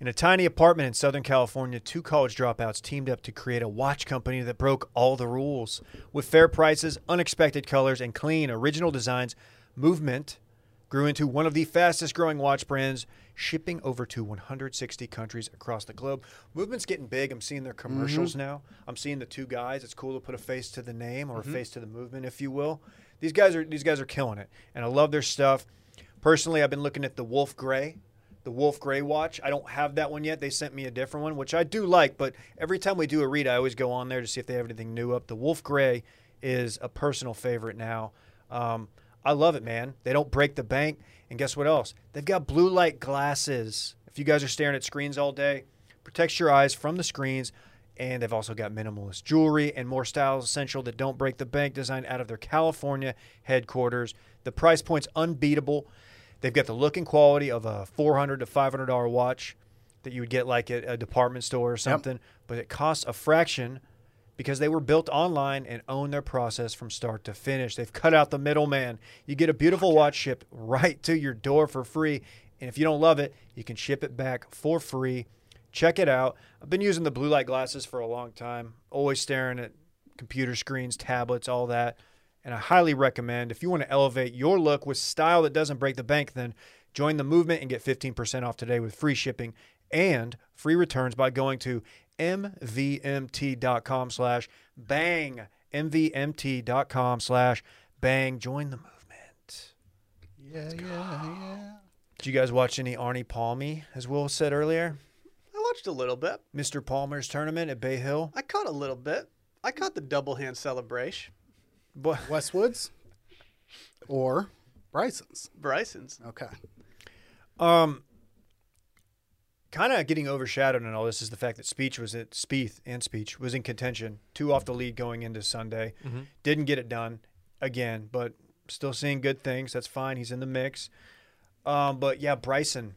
B: In a tiny apartment in Southern California, two college dropouts teamed up to create a watch company that broke all the rules. With fair prices, unexpected colors, and clean original designs, Movement grew into one of the fastest growing watch brands, shipping over to 160 countries across the globe. Movement's getting big. I'm seeing their commercials now. I'm seeing the two guys. It's cool to put a face to the name or a face to the movement, if you will. These guys are these guys are killing it, and I love their stuff. Personally, I've been looking at the Wolf Gray, the Wolf Gray watch. I don't have that one yet. They sent me a different one, which I do like. But every time we do a read, I always go on there to see if they have anything new up. The Wolf Gray is a personal favorite now. Um, I love it, man. They don't break the bank. And guess what else? They've got blue light glasses. If you guys are staring at screens all day, protects your eyes from the screens. And they've also got minimalist jewelry and more styles essential that don't break the bank designed out of their California headquarters. The price point's unbeatable. They've got the look and quality of a 400 to $500 watch that you would get like at a department store or something, but it costs a fraction because they were built online and own their process from start to finish. They've cut out the middleman. You get a beautiful watch shipped right to your door for free. And if you don't love it, you can ship it back for free. Check it out. I've been using the blue light glasses for a long time, always staring at computer screens, tablets, all that. And I highly recommend if you want to elevate your look with style that doesn't break the bank, then join the movement and get 15% off today with free shipping and free returns by going to mvmt.com slash bang. mvmt.com slash bang. Join the movement.
C: Yeah, yeah, yeah.
B: Did you guys watch any Arnie Palmy, as Will said earlier?
D: I watched a little bit.
B: Mr. Palmer's tournament at Bay Hill?
D: I caught a little bit. I caught the double hand celebration.
B: Boy,
C: Westwoods or Bryson's.
D: Bryson's.
C: Okay.
B: Um, kind of getting overshadowed in all this is the fact that speech was at Spieth and speech was in contention, two off the lead going into Sunday, didn't get it done again, but still seeing good things. That's fine. He's in the mix. Um, but yeah, Bryson,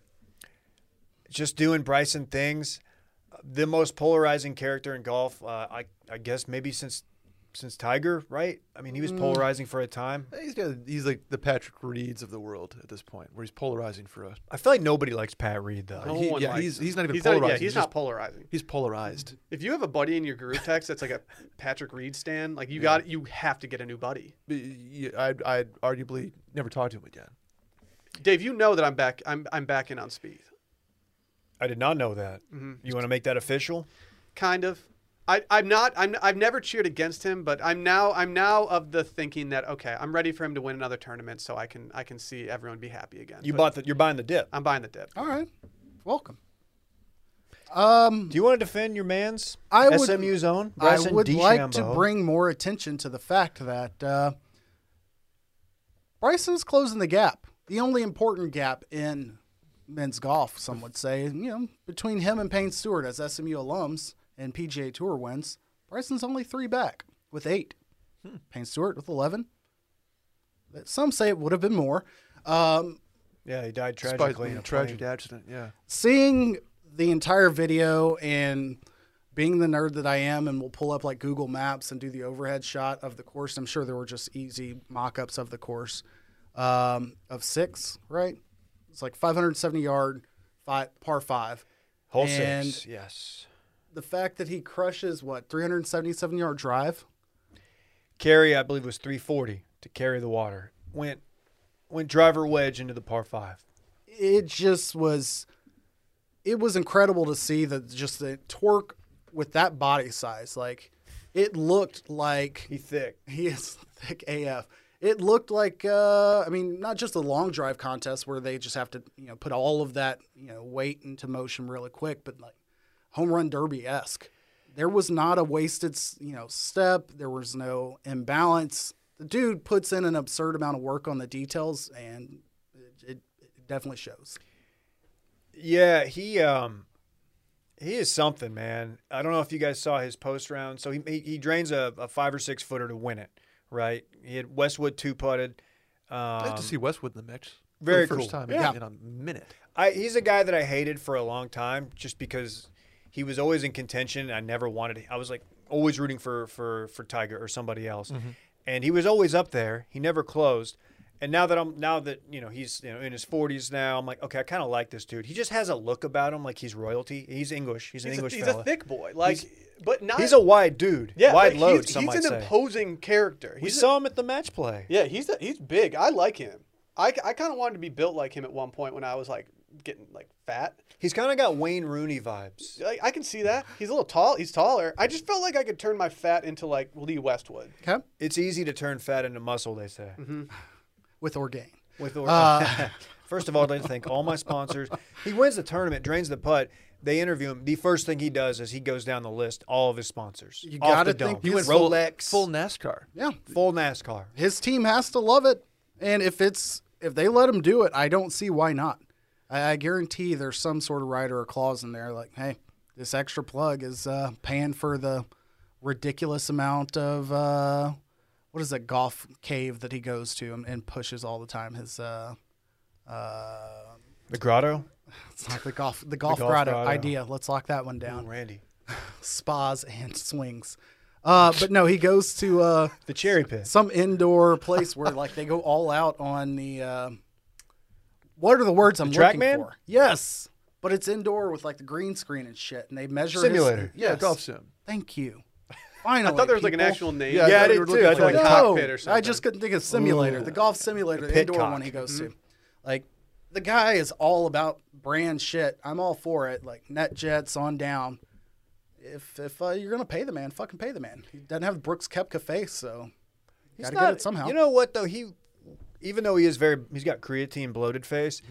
B: just doing Bryson things. The most polarizing character in golf, uh, I I guess maybe since since Tiger, right? I mean, he
D: Mm.
B: was polarizing for a time.
E: Uh, He's got, he's like the Patrick Reeds of the world at this point, where he's polarizing for us.
B: I feel like nobody likes Pat Reed though.
D: No
E: He-
D: one
E: yeah,
D: likes
E: he's-
D: him.
E: he's not even
D: he's yeah,
E: polarizing.
D: he's
E: He's
D: not
E: just-
D: polarizing.
E: He's polarized.
D: If you have a buddy in
B: (laughs)
D: your group text that's like a Patrick Reed stan, like you got, you have to get a new buddy.
E: But y- I'd, I'd arguably never talk to him again.
D: Dave, you know that I'm back. I'm I'm back in on speed.
B: I did not know that.
D: Mm-hmm.
B: You want to make that official?
D: kind of. I, I'm not. I'm. I've never cheered against him, but I'm now. I'm now of the thinking that okay, I'm ready for him to win another tournament, so I can. I can see everyone be happy again.
B: You
D: But
B: bought Oh, the, you're buying the dip.
D: I'm buying the dip.
C: All right. Welcome. Um,
B: Do you want to defend your man's
C: I would-
B: SMU zone?
C: I
B: Bryson
C: would like to
B: DeChambeau.
C: bring more attention to the fact that uh, Bryson's closing the gap, the only important gap in men's golf, some would say, you know, between him and Payne Stewart as SMU alums and PGA Tour wins. Bryson's only three back with eight.
B: Hmm.
C: Payne Stewart with 11. Some say it would have been more. Um,
B: Yeah, he died
E: Despite
B: tragically
E: being
B: in a
E: a tragic
B: plane.
E: accident. Yeah.
C: seeing the entire video and being the nerd that I am and will pull up like Google Maps and do the overhead shot of the course. I'm sure there were just easy mock ups of the course um, of six, right? It's like 570 yard, five, par five.
B: Whole
C: And-
B: six, yes.
C: The fact that he crushes what 377 yard drive,
B: Carry, I believe, was 340 to carry the water. Went went driver wedge into the par five.
C: it just was, it was incredible to see that just the torque with that body size. Like it looked like
B: He thick.
C: (laughs) He is thick AF. It looked like, uh, I mean, not just a long drive contest where they just have to, you know, put all of that, you know, weight into motion really quick, but like home run derby esque. There was not a wasted, s- you know, step. There was no imbalance. The dude puts in an absurd amount of work on the details, and it, it, it definitely shows.
B: Yeah, he um he is something, man. I don't know if you guys saw his post round. So he he, he drains a, a five or six footer to win it, right? He had Westwood two putted.
E: I like
B: Um,
E: to see Westwood in the mix. for
B: very
E: the first
B: cool.
E: time
B: Yeah.
E: in, in a minute.
B: I, he's a guy that I hated for a long time just because he was always in contention. I never wanted. I was like always rooting for for for Tiger or somebody else,
D: Mm-hmm.
B: and he was always up there. He never closed. And now that I'm now that you know he's you know in his 40s now, I'm like okay, I kind of like this dude. He just has a look about him like he's royalty. He's English. He's an
D: He's,
B: English
D: a, he's
B: fella.
D: a thick boy, like, but not.
B: He's a wide dude.
D: yeah,
B: wide
D: like,
B: load.
D: He's,
B: some
D: he's
B: might
D: an
B: say.
D: imposing character.
B: we
D: He's a-
B: saw him at the match play.
D: yeah, he's a, he's big. I like him. I, I kind of wanted to be built like him at one point when I was like getting like fat.
B: He's kind of got Wayne Rooney vibes.
D: I, I can see that. He's a little tall. He's taller. I just felt like I could turn my fat into like Lee Westwood.
C: Okay.
B: It's easy to turn fat into muscle, they say.
C: With Orgain.
B: with or-
C: Uh,
B: (laughs) first of all, I'd like to thank all my sponsors. He wins the tournament, drains the putt. They interview him. The first thing he does is he goes down the list, all of his sponsors.
C: You
B: Off
C: gotta
B: the dome.
C: think
B: He went
C: he's
B: Rolex,
E: Full
B: full,
E: NASCAR.
C: Yeah.
B: full NASCAR.
C: his team has to love it. And if it's if they let him do it, I don't see why not. I, I guarantee there's some sort of rider or clause in there like, hey, this extra plug is uh, paying for the ridiculous amount of uh, what is that golf cave that he goes to and, and pushes all the time. His uh, uh,
B: The grotto.
C: it's like the golf the golf,
B: golf
C: grotto,
B: grotto.
C: idea. Let's lock that one down.
B: Randy.
C: Spas and swings. Uh, but no, he goes to uh,
B: The cherry pit.
C: some indoor place where like they go all out on the. Uh, what are the words I'm
B: track
C: looking
B: man?
C: for? Yes, but it's indoor with like the green screen and shit, and they measure his-
B: Simulator.
E: Yeah,
C: yes.
E: golf sim.
C: Thank
D: (laughs)
C: you. Finally,
D: I thought there was like an
C: people.
D: actual name.
E: Yeah, I Yeah, thought I you did were too. looking I for,
D: like
E: thought-
D: a
E: No.
D: cockpit or something.
C: I just couldn't think of simulator, the golf simulator, the,
B: pit
C: indoor
B: cock.
C: one he goes to. Like the guy is all about brand shit. I'm all for it. Like NetJets on down. If if uh, you're gonna pay the man, fucking pay the man. He doesn't have Brooks Kepka face, so
B: He's
C: gotta get it somehow.
B: You know what though? He, even though he is very, he's got creatine bloated
C: (laughs)
B: face.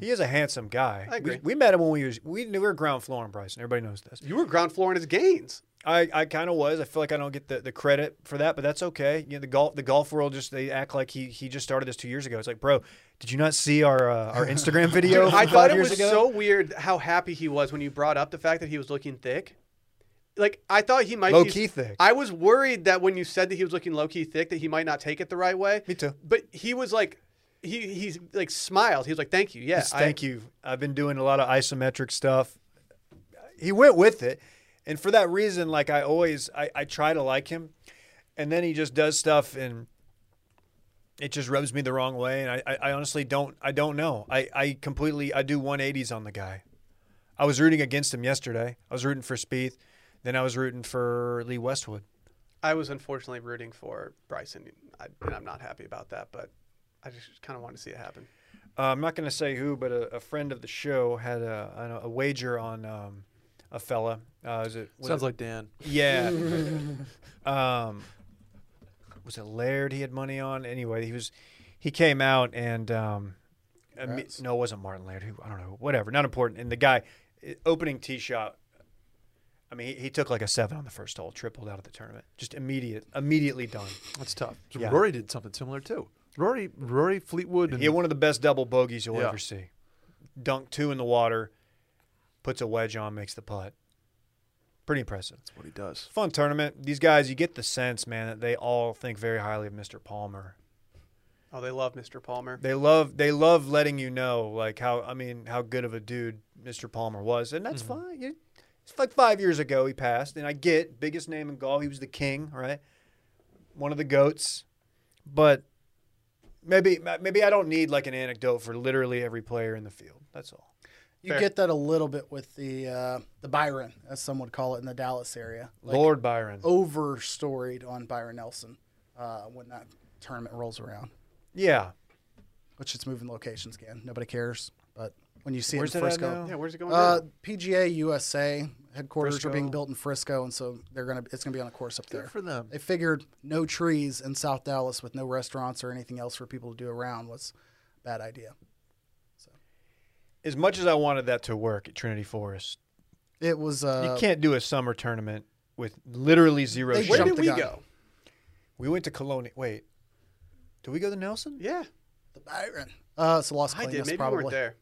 B: he is a handsome guy. I
D: agree.
B: We, we met him when we was we knew we were ground floor in Bryson. Everybody knows this.
D: you were ground flooring his gains.
B: I, I kind of was. I feel like I don't get the, the credit for that, but that's okay. You know, the golf the golf world just they act like he he just started this two years ago. It's like, bro, did you not see our uh, our
D: (laughs)
B: Instagram video? from
D: I
B: five
D: thought it
B: years
D: was
B: ago?
D: so weird how happy he was when you brought up the fact that he was looking thick. Like I thought he might be
B: Low-key thick.
D: I was worried that when you said that he was looking low key thick, that he might not take it the right way.
B: Me too.
D: But he was like, he he's like smiled. He was like, "Thank you, yeah,
B: Yes, thank you. I've been doing a lot of isometric stuff. He went with it. And for that reason, like I always I, I try to like him. And then he just does stuff and it just rubs me the wrong way. And I, I, I honestly don't I don't know. I, I completely I do one eighties on the guy. I was rooting against him yesterday. I was rooting for Spieth. Then I was rooting for Lee Westwood.
D: I was unfortunately rooting for Bryson, I, and I'm not happy about that. But I just kind of wanted to see it happen.
B: Uh, I'm not going to say who, but a, a friend of the show had a, I know, a wager on um, a fella. Uh, is it was
E: Sounds
B: it-
E: like Dan.
B: Yeah. um, was it Laird he had money on? Anyway, he was he came out and um, I mean- no, it wasn't Martin Laird. Who I don't know. Whatever, not important. And the guy eh, opening tee shot. I mean, he, he took like a seven on the first hole, tripled out of the tournament. Just immediate, immediately done.
E: That's tough. So
B: Yeah.
E: Rory did something similar too. Rory, Rory Fleetwood, and
B: He had one of the best double bogeys you'll
E: Mm. Yeah.
B: ever see. Dunk two in the water, puts a wedge on, makes the putt. Pretty impressive.
E: that's what he does.
B: fun tournament. These guys, you get the sense, man, that they all think very highly of Mr. Palmer.
D: Oh, they love Mr. Palmer.
B: They love they love letting you know like how I mean how good of a dude Mr. Palmer was, and that's
D: Mm-hmm.
B: fine. You- It's like five years ago he passed, and I get biggest name in golf. He was the king, right? One of the goats, but maybe maybe I don't need like an anecdote for literally every player in the field. That's all.
C: you get that a little bit with the uh, the Byron, as some would call it in the Dallas area. Like
B: Lord Byron.
D: oh,
C: overstoried on Byron Nelson uh, when that tournament rolls around.
B: Yeah.
C: Which it's moving locations again. Nobody cares. But when you see
B: Where's
C: it
B: it
C: in
B: at
C: Frisco,
B: now?
D: Yeah, where's it going?
C: Uh,
D: now?
C: PGA USA headquarters are being
B: Frisco.
C: built in Frisco, and so they're gonna it's gonna be on a course up there.
E: for them.
C: They figured no trees in South Dallas with no restaurants or anything else for people to do around was a bad idea.
B: As much as I wanted that to work at Trinity Forest,
C: It was uh,
B: you can't do a summer tournament with literally zero.
C: They
B: shot.
D: Where
C: jump
D: did
C: the
D: we
C: gun.
D: go?
B: We went to Colonia. Wait, did we go to Nelson?
D: Yeah,
C: the Byron. Uh, so Los
D: I did.
C: Colinas
D: Maybe we
C: probably
D: weren't there.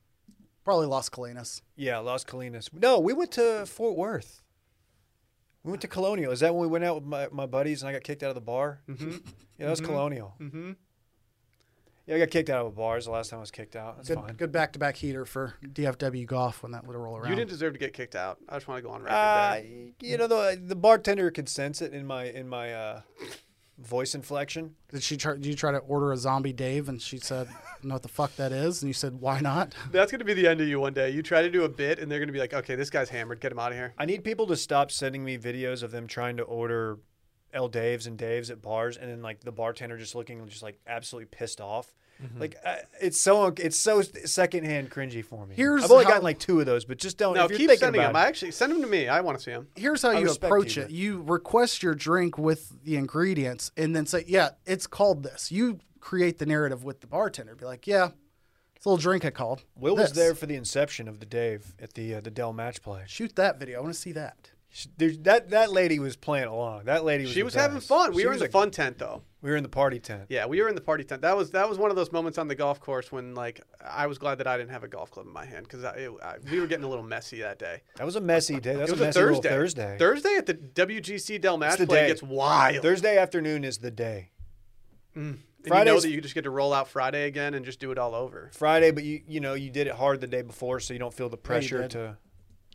C: probably Los Colinas.
B: Yeah, Los Colinas. No, we went to Fort Worth. We went to Colonial. Is that when we went out with my, my buddies and I got kicked out of the bar? Mm-hmm. Yeah, that was Colonial. Mm-hmm. Yeah, I got kicked out of a bar. Is the last time I was kicked out. That's
C: Good
B: fine.
C: good back to back heater for DFW golf when that would roll around.
D: You didn't deserve to get kicked out. I just want to go on record.
B: Uh,
D: there.
B: you know, the the bartender could sense it in my in my uh, voice inflection.
C: Did she try? Did you try to order a zombie Dave? And she said, "I know what the fuck that is." And you said, "Why not?"
D: That's going to be the end of you one day. You try to do a bit, and they're going to be like, okay, this guy's hammered. Get him out of here.
B: I need people to stop sending me videos of them trying to order El Dave's and Dave's at bars, and then like the bartender just looking just like absolutely pissed off.
D: Mm-hmm.
B: Like uh, it's so un- it's so secondhand cringy for me.
C: Here's
B: I've only
C: how-
B: gotten like two of those, but just don't.
D: No,
B: if you're
D: keep
B: thinking
D: sending
B: about
D: him. I actually send him to me. I want to see him.
C: Here's how you
B: respect
C: approach
B: you,
C: it.
B: but-
C: You request your drink with the ingredients, and then say, "Yeah, it's called this." You create the narrative with the bartender. Be like, "Yeah, it's a little drink I called."
B: Will was
C: this."
B: there for the inception of the Dave at the uh, the Dell match play.
C: Shoot that video. I want to see that.
B: She, there's- that that lady was playing along. That lady was
D: She
B: the
D: was having
B: best.
D: fun. We
B: She
D: were in
B: was
D: the
B: a-
D: fun tent, though.
B: We were in the party tent.
D: Yeah, we were in the party tent. That was that was one of those moments on the golf course when like I was glad that I didn't have a golf club in my hand because I, it- I, we were getting a little messy that day.
B: That was a messy day. That
D: it was
B: a
D: a
B: messy
D: Thursday.
B: Little Thursday.
D: Thursday at the WGC Del
B: That's
D: Match
B: the
D: play
B: day.
D: gets wild.
B: Thursday afternoon is the day.
D: and you know
B: Fridays-
D: that you just get to roll out Friday again and just do it all over.
B: Friday, but you you know you did it hard the day before, so you don't feel the pressure
C: did.
B: to.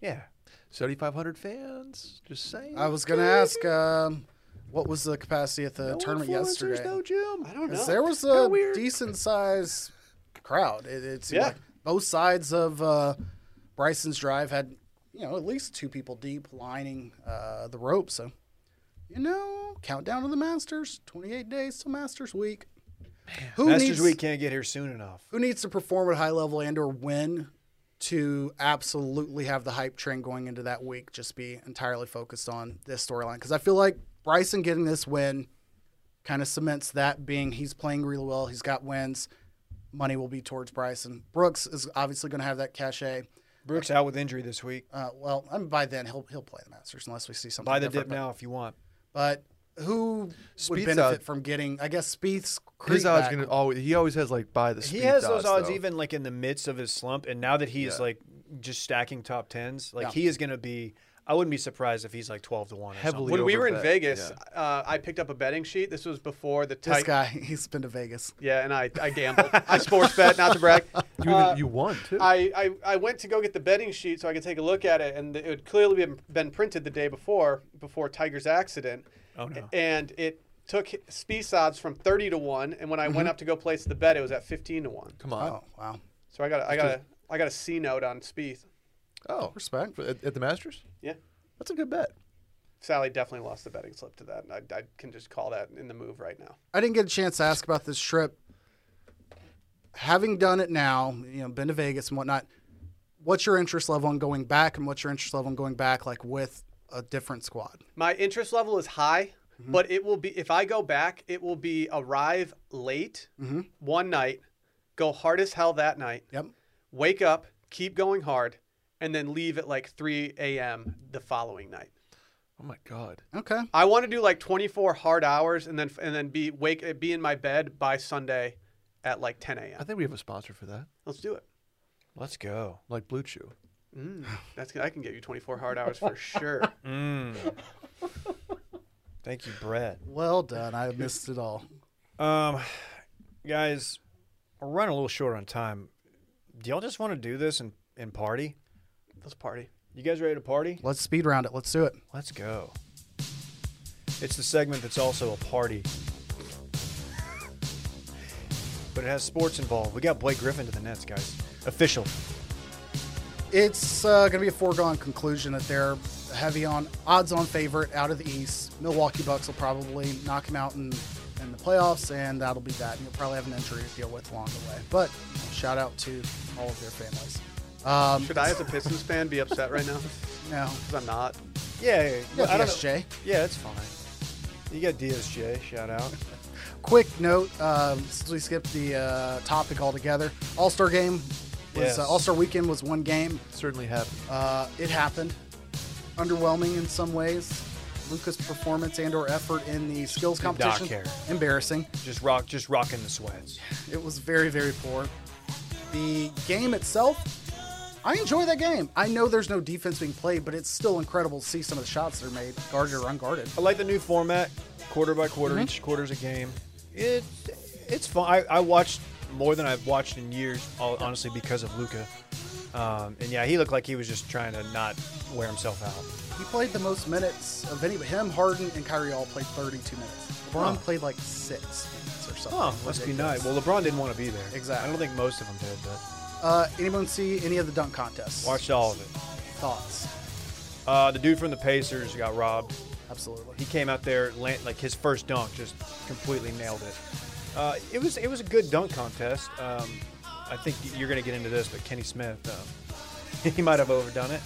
B: Yeah,
E: Seventy five hundred fans. Just saying.
C: I was gonna ask. Um, What was the capacity at the tournament yesterday?
B: gym.
D: I don't know.
C: 'Cause there was a decent sized crowd. It, it seemed
D: Yeah.
C: like both sides of uh, Bryson's drive had, you know, at least two people deep lining uh, the rope. So, you know, countdown to the Masters. Twenty eight days till Masters week. Who
B: Masters
C: needs
B: Week can't get here soon enough.
C: who needs to perform at a high level and or win to absolutely have the hype train going into that week just be entirely focused on this storyline because i feel like bryson getting this win kind of cements that being he's playing really well he's got wins money will be towards bryson brooks is obviously going to have that cachet
B: Brooks out with injury this week.
C: uh, well I mean, by then he'll he'll play the masters unless we see something
B: Buy the dip
C: different,
B: now if you want.
C: but, but who would
E: Spieth's
C: benefit
E: out.
C: from getting i guess Spieth's
E: His
C: creep
E: odds
C: back.
E: gonna always. He always has like by the.
B: He
E: Spieth
B: has those odds
E: though.
B: even like in the midst of his slump, and now that he's like just stacking top tens, like
C: Yeah.
B: he is going to be. I wouldn't be surprised if he's like twelve to one. Or
E: Heavily
B: something.
E: over
D: when we were in
E: bet.
D: Vegas,
E: Yeah.
D: uh, I picked up a betting sheet. This was before the
C: this
D: tight.
C: guy (laughs) he's been to vegas
D: Yeah, and I, I gambled. I sports bet, not to brag.
E: (laughs) You,
D: Uh,
E: you won too.
D: I, I, I went to go get the betting sheet so I could take a look at it, and it had clearly been, been printed the day before, before Tiger's accident. Oh,
B: no.
D: And it took Spieth's odds from 30 to 1, and when I went up to go place the bet, it was at 15 to 1.
E: Mm-hmm. Come on.
C: oh wow
D: So I got a, I got a, I got a C note on Spieth.
E: Oh,
C: respect
E: for- at, at the Masters.
D: Yeah.
E: That's a good bet.
D: Sally definitely lost the betting slip to that, and I, I can just call that in the move right now.
C: I didn't get a chance to ask about this trip. Having done it now, you know, been to Vegas and whatnot. What's your interest level on going back, and what's your interest level on going back, like with a different squad?
D: My interest level is high,
B: Mm-hmm.
D: but it will be if I go back, it will be arrive late
B: Mm-hmm.
D: one night, go hard as hell that night,
C: Yep.
D: wake up, keep going hard, and then leave at like 3 a.m. the following night.
E: Oh my God.
C: Okay.
D: I want to do like 24 hard hours and then and then be wake be in my bed by Sunday at like 10
E: I
D: a.m.
E: think we have a sponsor for that,
D: Let's do it.
B: Let's go.
E: like Blue Chew.
D: That's I can get you 24 hard
B: (laughs)
D: hours for sure.
B: Thank you, Brett.
C: Well done. I missed it all.
B: Um, guys, we're running a little short on time. Do y'all just want to do this and, and party?
D: Let's party.
B: You guys ready to party?
C: Let's speed round it. Let's do it.
B: Let's go. It's the segment that's also a party. But it has sports involved. We got Blake Griffin to the Nets, guys. Official.
C: It's uh, going to be a foregone conclusion that they're heavy on odds on favorite out of the East. Milwaukee Bucks will probably knock him out in, in the playoffs, and that'll be that. And you'll probably have an injury to deal with along the way. But you know, shout out to all of their families. Um,
D: Should I, as a Pistons fan, be upset right now?
C: no,
D: Because I'm not.
B: Yeah, yeah, yeah.
C: yeah,
B: I don't know.
C: DSJ.
B: Yeah, it's fine. You got DSJ, shout out.
C: Quick note: um, since we skipped the uh, topic altogether, All Star Game was
B: Yes.
C: uh, All Star Weekend was one game.
E: Certainly happened.
C: Uh, it happened. Underwhelming in some ways. Luca's performance and or effort in the skills
B: not
C: competition.
B: care.
C: Embarrassing.
B: Just rock, just rocking the sweats.
C: It was very, very poor. The game itself, I enjoy that game. I know there's no defense being played, but it's still incredible to see some of the shots that are made, guarded or unguarded.
B: I like the new format, quarter by quarter. Each quarter's a game. It, it's fun. I, I watched more than I've watched in years, hon- honestly, because of Luca. Um, and yeah, he looked like he was just trying to not wear himself out.
C: He played the most minutes of any. Him, Harden, and Kyrie all played 32 minutes. LeBron played like six minutes or something.
B: Oh, must be
C: Ridiculous.
B: nice. Well, LeBron didn't want to be there.
C: Exactly.
B: I don't think most of them did, but
C: Uh, anyone see any of the dunk contests?
B: watched all of it.
C: thoughts.
B: Uh, the dude from the Pacers got robbed.
C: Absolutely.
B: He came out there, land, like his first dunk, just completely nailed it. Uh, it was it was a good dunk contest. Um, I think you're going to get into this, but Kenny Smith, uh, (laughs) he might have overdone it.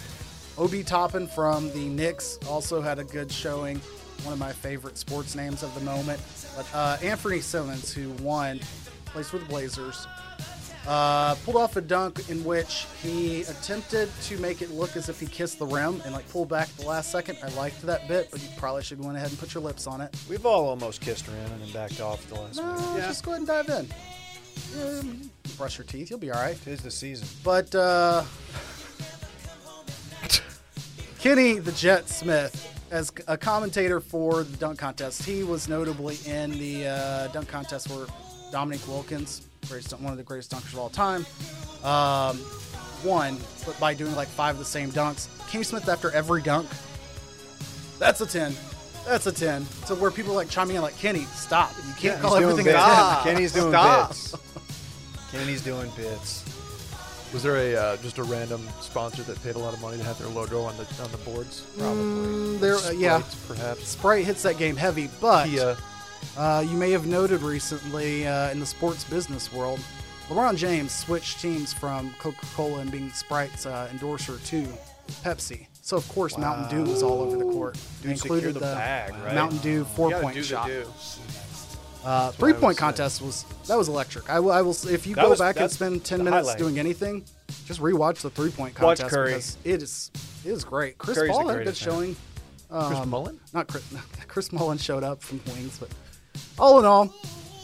C: Obi Toppin from the Knicks also had a good showing. One of my favorite sports names of the moment. But, uh, Anthony Simmons, who won, plays for the Blazers, uh, pulled off a dunk in which he attempted to make it look as if he kissed the rim and like pulled back at the last second. I liked that bit, but you probably should go ahead and put your lips on it.
B: We've all almost kissed her in and then backed off the last
C: No,
B: minute.
D: Yeah.
C: just go ahead and dive in. Um, brush your teeth, you'll be all right.
B: Tis the season.
C: But uh, Kenny the Jet Smith, as a commentator for the dunk contest, he was notably in the uh, dunk contest where Dominic Wilkins, greatest, one of the greatest dunkers of all time, um, won. But by doing like five of the same dunks, Kenny Smith after every dunk, that's a ten. That's a 10. So where people like chiming in like, Kenny, stop. You can't
B: He's
C: call
B: doing
C: everything a
B: bits.
C: 10.
D: Stop.
B: Kenny's doing
D: Stop.
B: bits. Kenny's doing bits.
E: Was there a uh, just a random sponsor that paid a lot of money to have their logo on the on the boards? Probably.
C: There, uh, yeah.
E: Sprites, perhaps.
C: Sprite hits that game heavy, but
E: Kia.
C: uh, you may have noted recently uh, in the sports business world, LeBron James switched teams from Coca-Cola and being Sprite's uh, endorser to Pepsi. So of course Mountain Dew was all over the court,
B: Dude, secure
C: included
B: the bag, right?
C: Mountain Dew
D: You gotta do
C: four-point
D: the
C: shot.
D: do.
C: Uh, three-point contest was that was electric. I will, I will. s- If you
B: That
C: go
B: was-
C: back and
B: that's
C: spend ten
B: the
C: minutes
B: highlight.
C: doing anything, just rewatch the three-point
B: Watch
C: contest
B: Curry.
C: because it is it is great. Chris
B: Curry's the
C: Paul had been
B: greatest, man.
C: showing
E: Chris Mullen.
C: not Chris, (laughs) Chris Mullen showed up from the Wings, but all in all,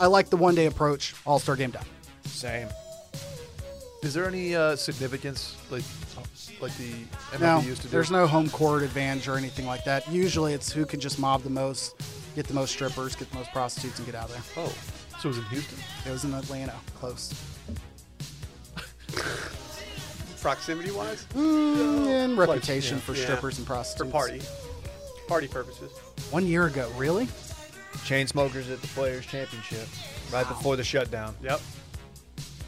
C: I like the one day approach. All Star Game down.
B: Same.
E: Is there any uh, significance like like the MLB
C: Now,
E: used to do?
C: there's no home court advantage or anything like that. Usually, it's who can just mob the most, get the most strippers, get the most prostitutes, and get out of there.
E: Oh, so it was in Houston.
C: It was in Atlanta, close.
D: Proximity (gasps) wise,
C: And reputation for
D: Yeah.
C: strippers and
D: for
C: prostitutes.
D: party, party purposes.
C: One year ago, really?
B: Chain smokers at the Players Championship, right before the shutdown.
D: Yep.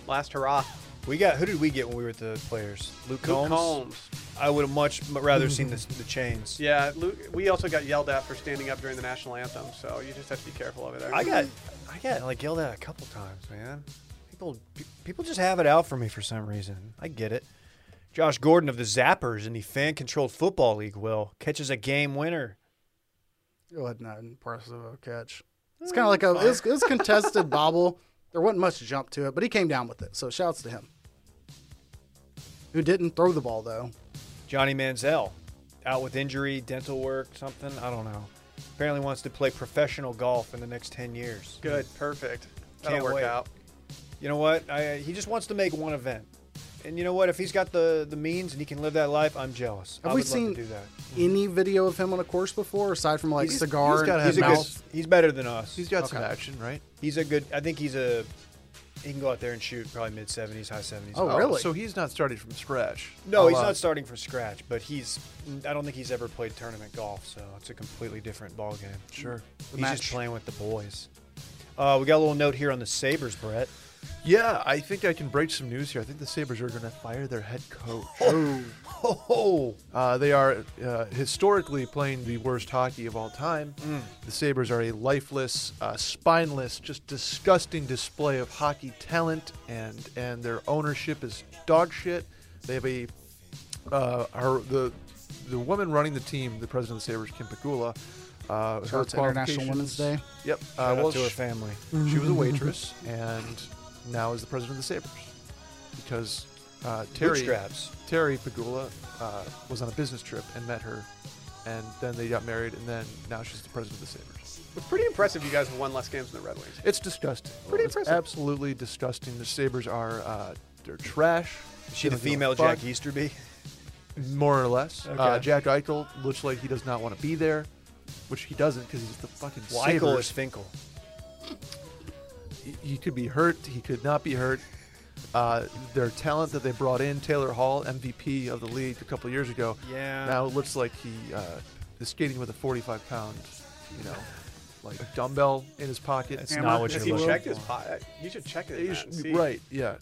D: Last hurrah.
B: We got who did we get when we were at the Players? Luke Combs.
D: Luke Combs.
B: I would have much m- rather seen the, the chains.
D: Yeah, Luke, we also got yelled at for standing up during the national anthem, so you just have to be careful over there.
B: I got I got like yelled at a couple times, man. People pe- people just have it out for me for some reason. I get it. Josh Gordon of the Zappers in the fan-controlled football league will catches a game winner.
C: It wasn't that impressive of a catch. It's kind of like a it was, it was contested bobble. There wasn't much jump to it, but he came down with it. So shouts to him. Who didn't throw the ball though?
B: Johnny Manziel out with injury, dental work, something. I don't know. Apparently wants to play professional golf in the next ten years.
D: good, perfect. That'll
B: Can't
D: work
B: wait.
D: out.
B: You know what? I, he just wants to make one event. And you know what? If he's got the, the means and he can live that life, I'm jealous.
C: Have
B: I
C: we
B: would
C: seen
B: love to do that. Mm-hmm.
C: any video of him on a course before, aside from like
E: He's-
C: cigar
E: he's gotta
C: and
E: have
C: his
B: a good,
C: mouth?
B: he's better than us.
E: He's got some action, right?
B: He's a good. I think he's a. He can go out there and shoot probably mid seventies, high seventies.
C: Oh, really?
E: So he's not starting from scratch.
B: No, he's
E: Uh,
B: not starting from scratch, but he's. I don't think he's ever played tournament golf, so it's a completely different ball game. Sure, he's
C: Match.
B: just playing with the boys. Uh, we got a little note here on the Sabers, Brett.
E: Yeah, I think I can break some news here. I think the Sabers are going to fire their head coach.
B: Oh,
E: Uh, they are uh, historically playing the worst hockey of all time.
B: Mm.
E: The Sabres are a lifeless, uh, spineless, just disgusting display of hockey talent, and, and their ownership is dog shit. They have a. Uh, her, the, the woman running the team, the president of the Sabres, Kim Pagula. Uh, her
C: It's International Women's
E: qualifications-
C: Day.
E: Yep. Uh,
B: shout out
E: well,
B: to her
E: sh-
B: family.
E: she
B: Mm-hmm.
E: was a waitress and now is the president of the Sabres because uh, Terry
B: Bootstraps.
E: Terry Pagula uh, was on a business trip and met her, and then they got married, and then now she's the president of the Sabres.
D: It's pretty impressive you guys have won less games than the Red Wings.
E: It's disgusting.
D: Pretty
E: It's
D: impressive.
E: Absolutely disgusting. The Sabres are uh, they're trash.
B: Is she the
E: They don't give a
B: female
E: fuck,
B: Jack Easterby?
E: More or less. Uh,
B: Okay.
E: Jack Eichel looks like he does not want to be there, which he doesn't because he's the fucking
B: Weichel
E: Sabres.
B: is Finkel.
E: he- he could be hurt. He could not be hurt. Uh, their talent that they brought in, Taylor Hall, MVP of the league a couple years ago.
B: Yeah.
E: Now it looks like he uh, is skating with a 45 pound, you know, like dumbbell in his pocket.
B: That's not what you're
D: Has he
B: looking
D: checked his
B: for.
D: pot? You should check it.
E: You
D: Matt,
E: should-
D: and see.
E: right. Yeah.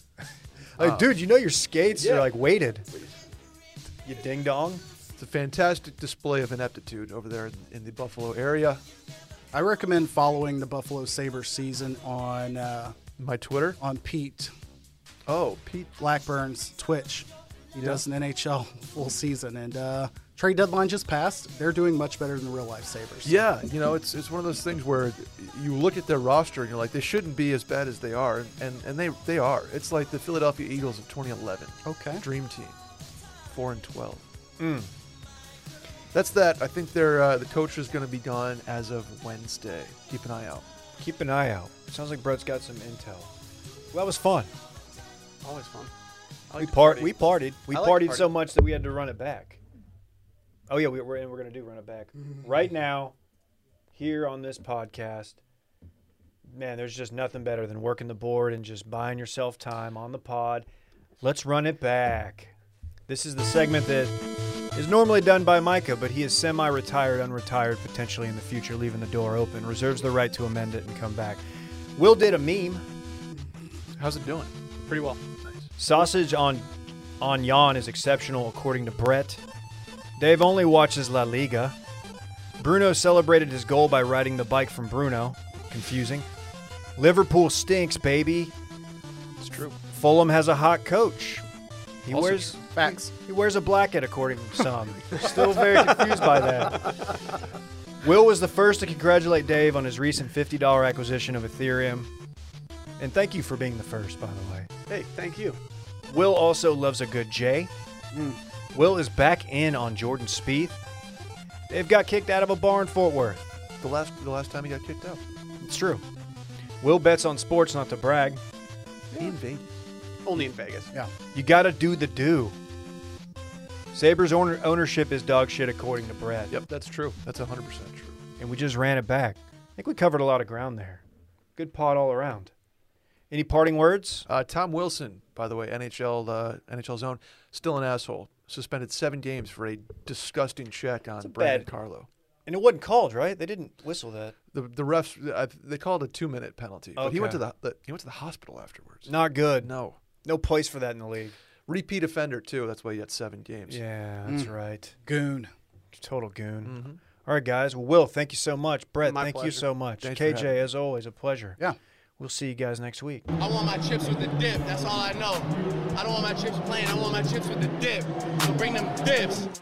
B: Like, dude, you know your skates
D: yeah.
B: are like weighted. You ding dong.
E: It's a fantastic display of ineptitude over there in, in the Buffalo area.
C: I recommend following the Buffalo Sabres season on uh,
E: My Twitter.
C: on Pete
E: Oh, Pete.
C: Blackburn's Twitch. He does an NHL full season, and uh, trade deadline just passed. They're doing much better than the real life Sabres.
E: Yeah, you know, it's it's one of those things where you look at their roster and you're like, they shouldn't be as bad as they are, and and they they are. It's like the Philadelphia Eagles of 2011.
C: Okay.
E: Dream team, four and 12. That's that. I think they're uh, the coach is going to be gone as of Wednesday. Keep an eye out.
B: Keep an eye out. Sounds like Brett's got some intel. Well, that was fun.
D: Always fun.
B: we part. We partied. We
D: I
B: partied
D: like to
B: so
D: party.
B: much that we had to run it back. Oh yeah, we, we're and we're gonna do run it back right now, here on this podcast. Man, there's just nothing better than working the board and just buying yourself time on the pod. Let's run it back. This is the segment that is normally done by Micah, but he is semi retired, unretired, potentially in the future, leaving the door open, reserves the right to amend it and come back. Will did a meme.
E: How's it doing?
D: Pretty well.
B: Sausage on on Jan is exceptional, according to Brett. Dave only watches La Liga. Bruno celebrated his goal by riding the bike from Bruno. Confusing. Liverpool stinks, baby.
E: It's true.
B: Fulham has a hot coach. He
E: Also
B: wears
C: Facts.
B: he wears a blacket, according to
E: (laughs)
B: some. Still very confused by that. Will was the first to congratulate Dave on his recent $50 acquisition of Ethereum. And thank you for being the first, by the way.
D: Hey, thank you.
B: Will also loves a good J. Will is back in on Jordan Spieth. They've got kicked out of a bar in Fort Worth.
E: The last the last time he got kicked out.
B: It's true. Will bets on sports, not to brag.
E: In Vegas.
D: Only in Vegas.
C: Yeah.
B: You gotta do the do. Sabres owner- ownership is dog shit, according to Brett.
E: Yep, that's true. That's 100% true.
B: and we just ran it back. I think we covered a lot of ground there. Good pod all around. Any parting words?
E: Uh, Tom Wilson, by the way, NHL uh, NHL zone, still an asshole. Suspended seven games for a disgusting check on
B: a
E: Brandon
B: bad-
E: Carlo.
B: And it wasn't called, right? They didn't whistle that.
E: The the refs I, they called a two minute penalty, but he went to
B: Okay.
E: the, the he went to the hospital afterwards.
B: Not good. No,
E: No,
B: place for that in the league.
E: repeat offender too. That's why he got seven games.
B: Yeah, that's right.
C: Goon.
B: Total goon.
E: Mm-hmm.
B: All right, guys. Well, Will, thank you so much. Brett,
D: My
B: thank you
D: pleasure.
B: so much.
E: Thanks for
B: KJ,
E: having me.
B: as always, a pleasure.
C: Yeah.
B: We'll see you guys next week.
J: I want my chips with the dip. That's all I know. I don't want my chips plain. I want my chips with the dip. So bring them dips.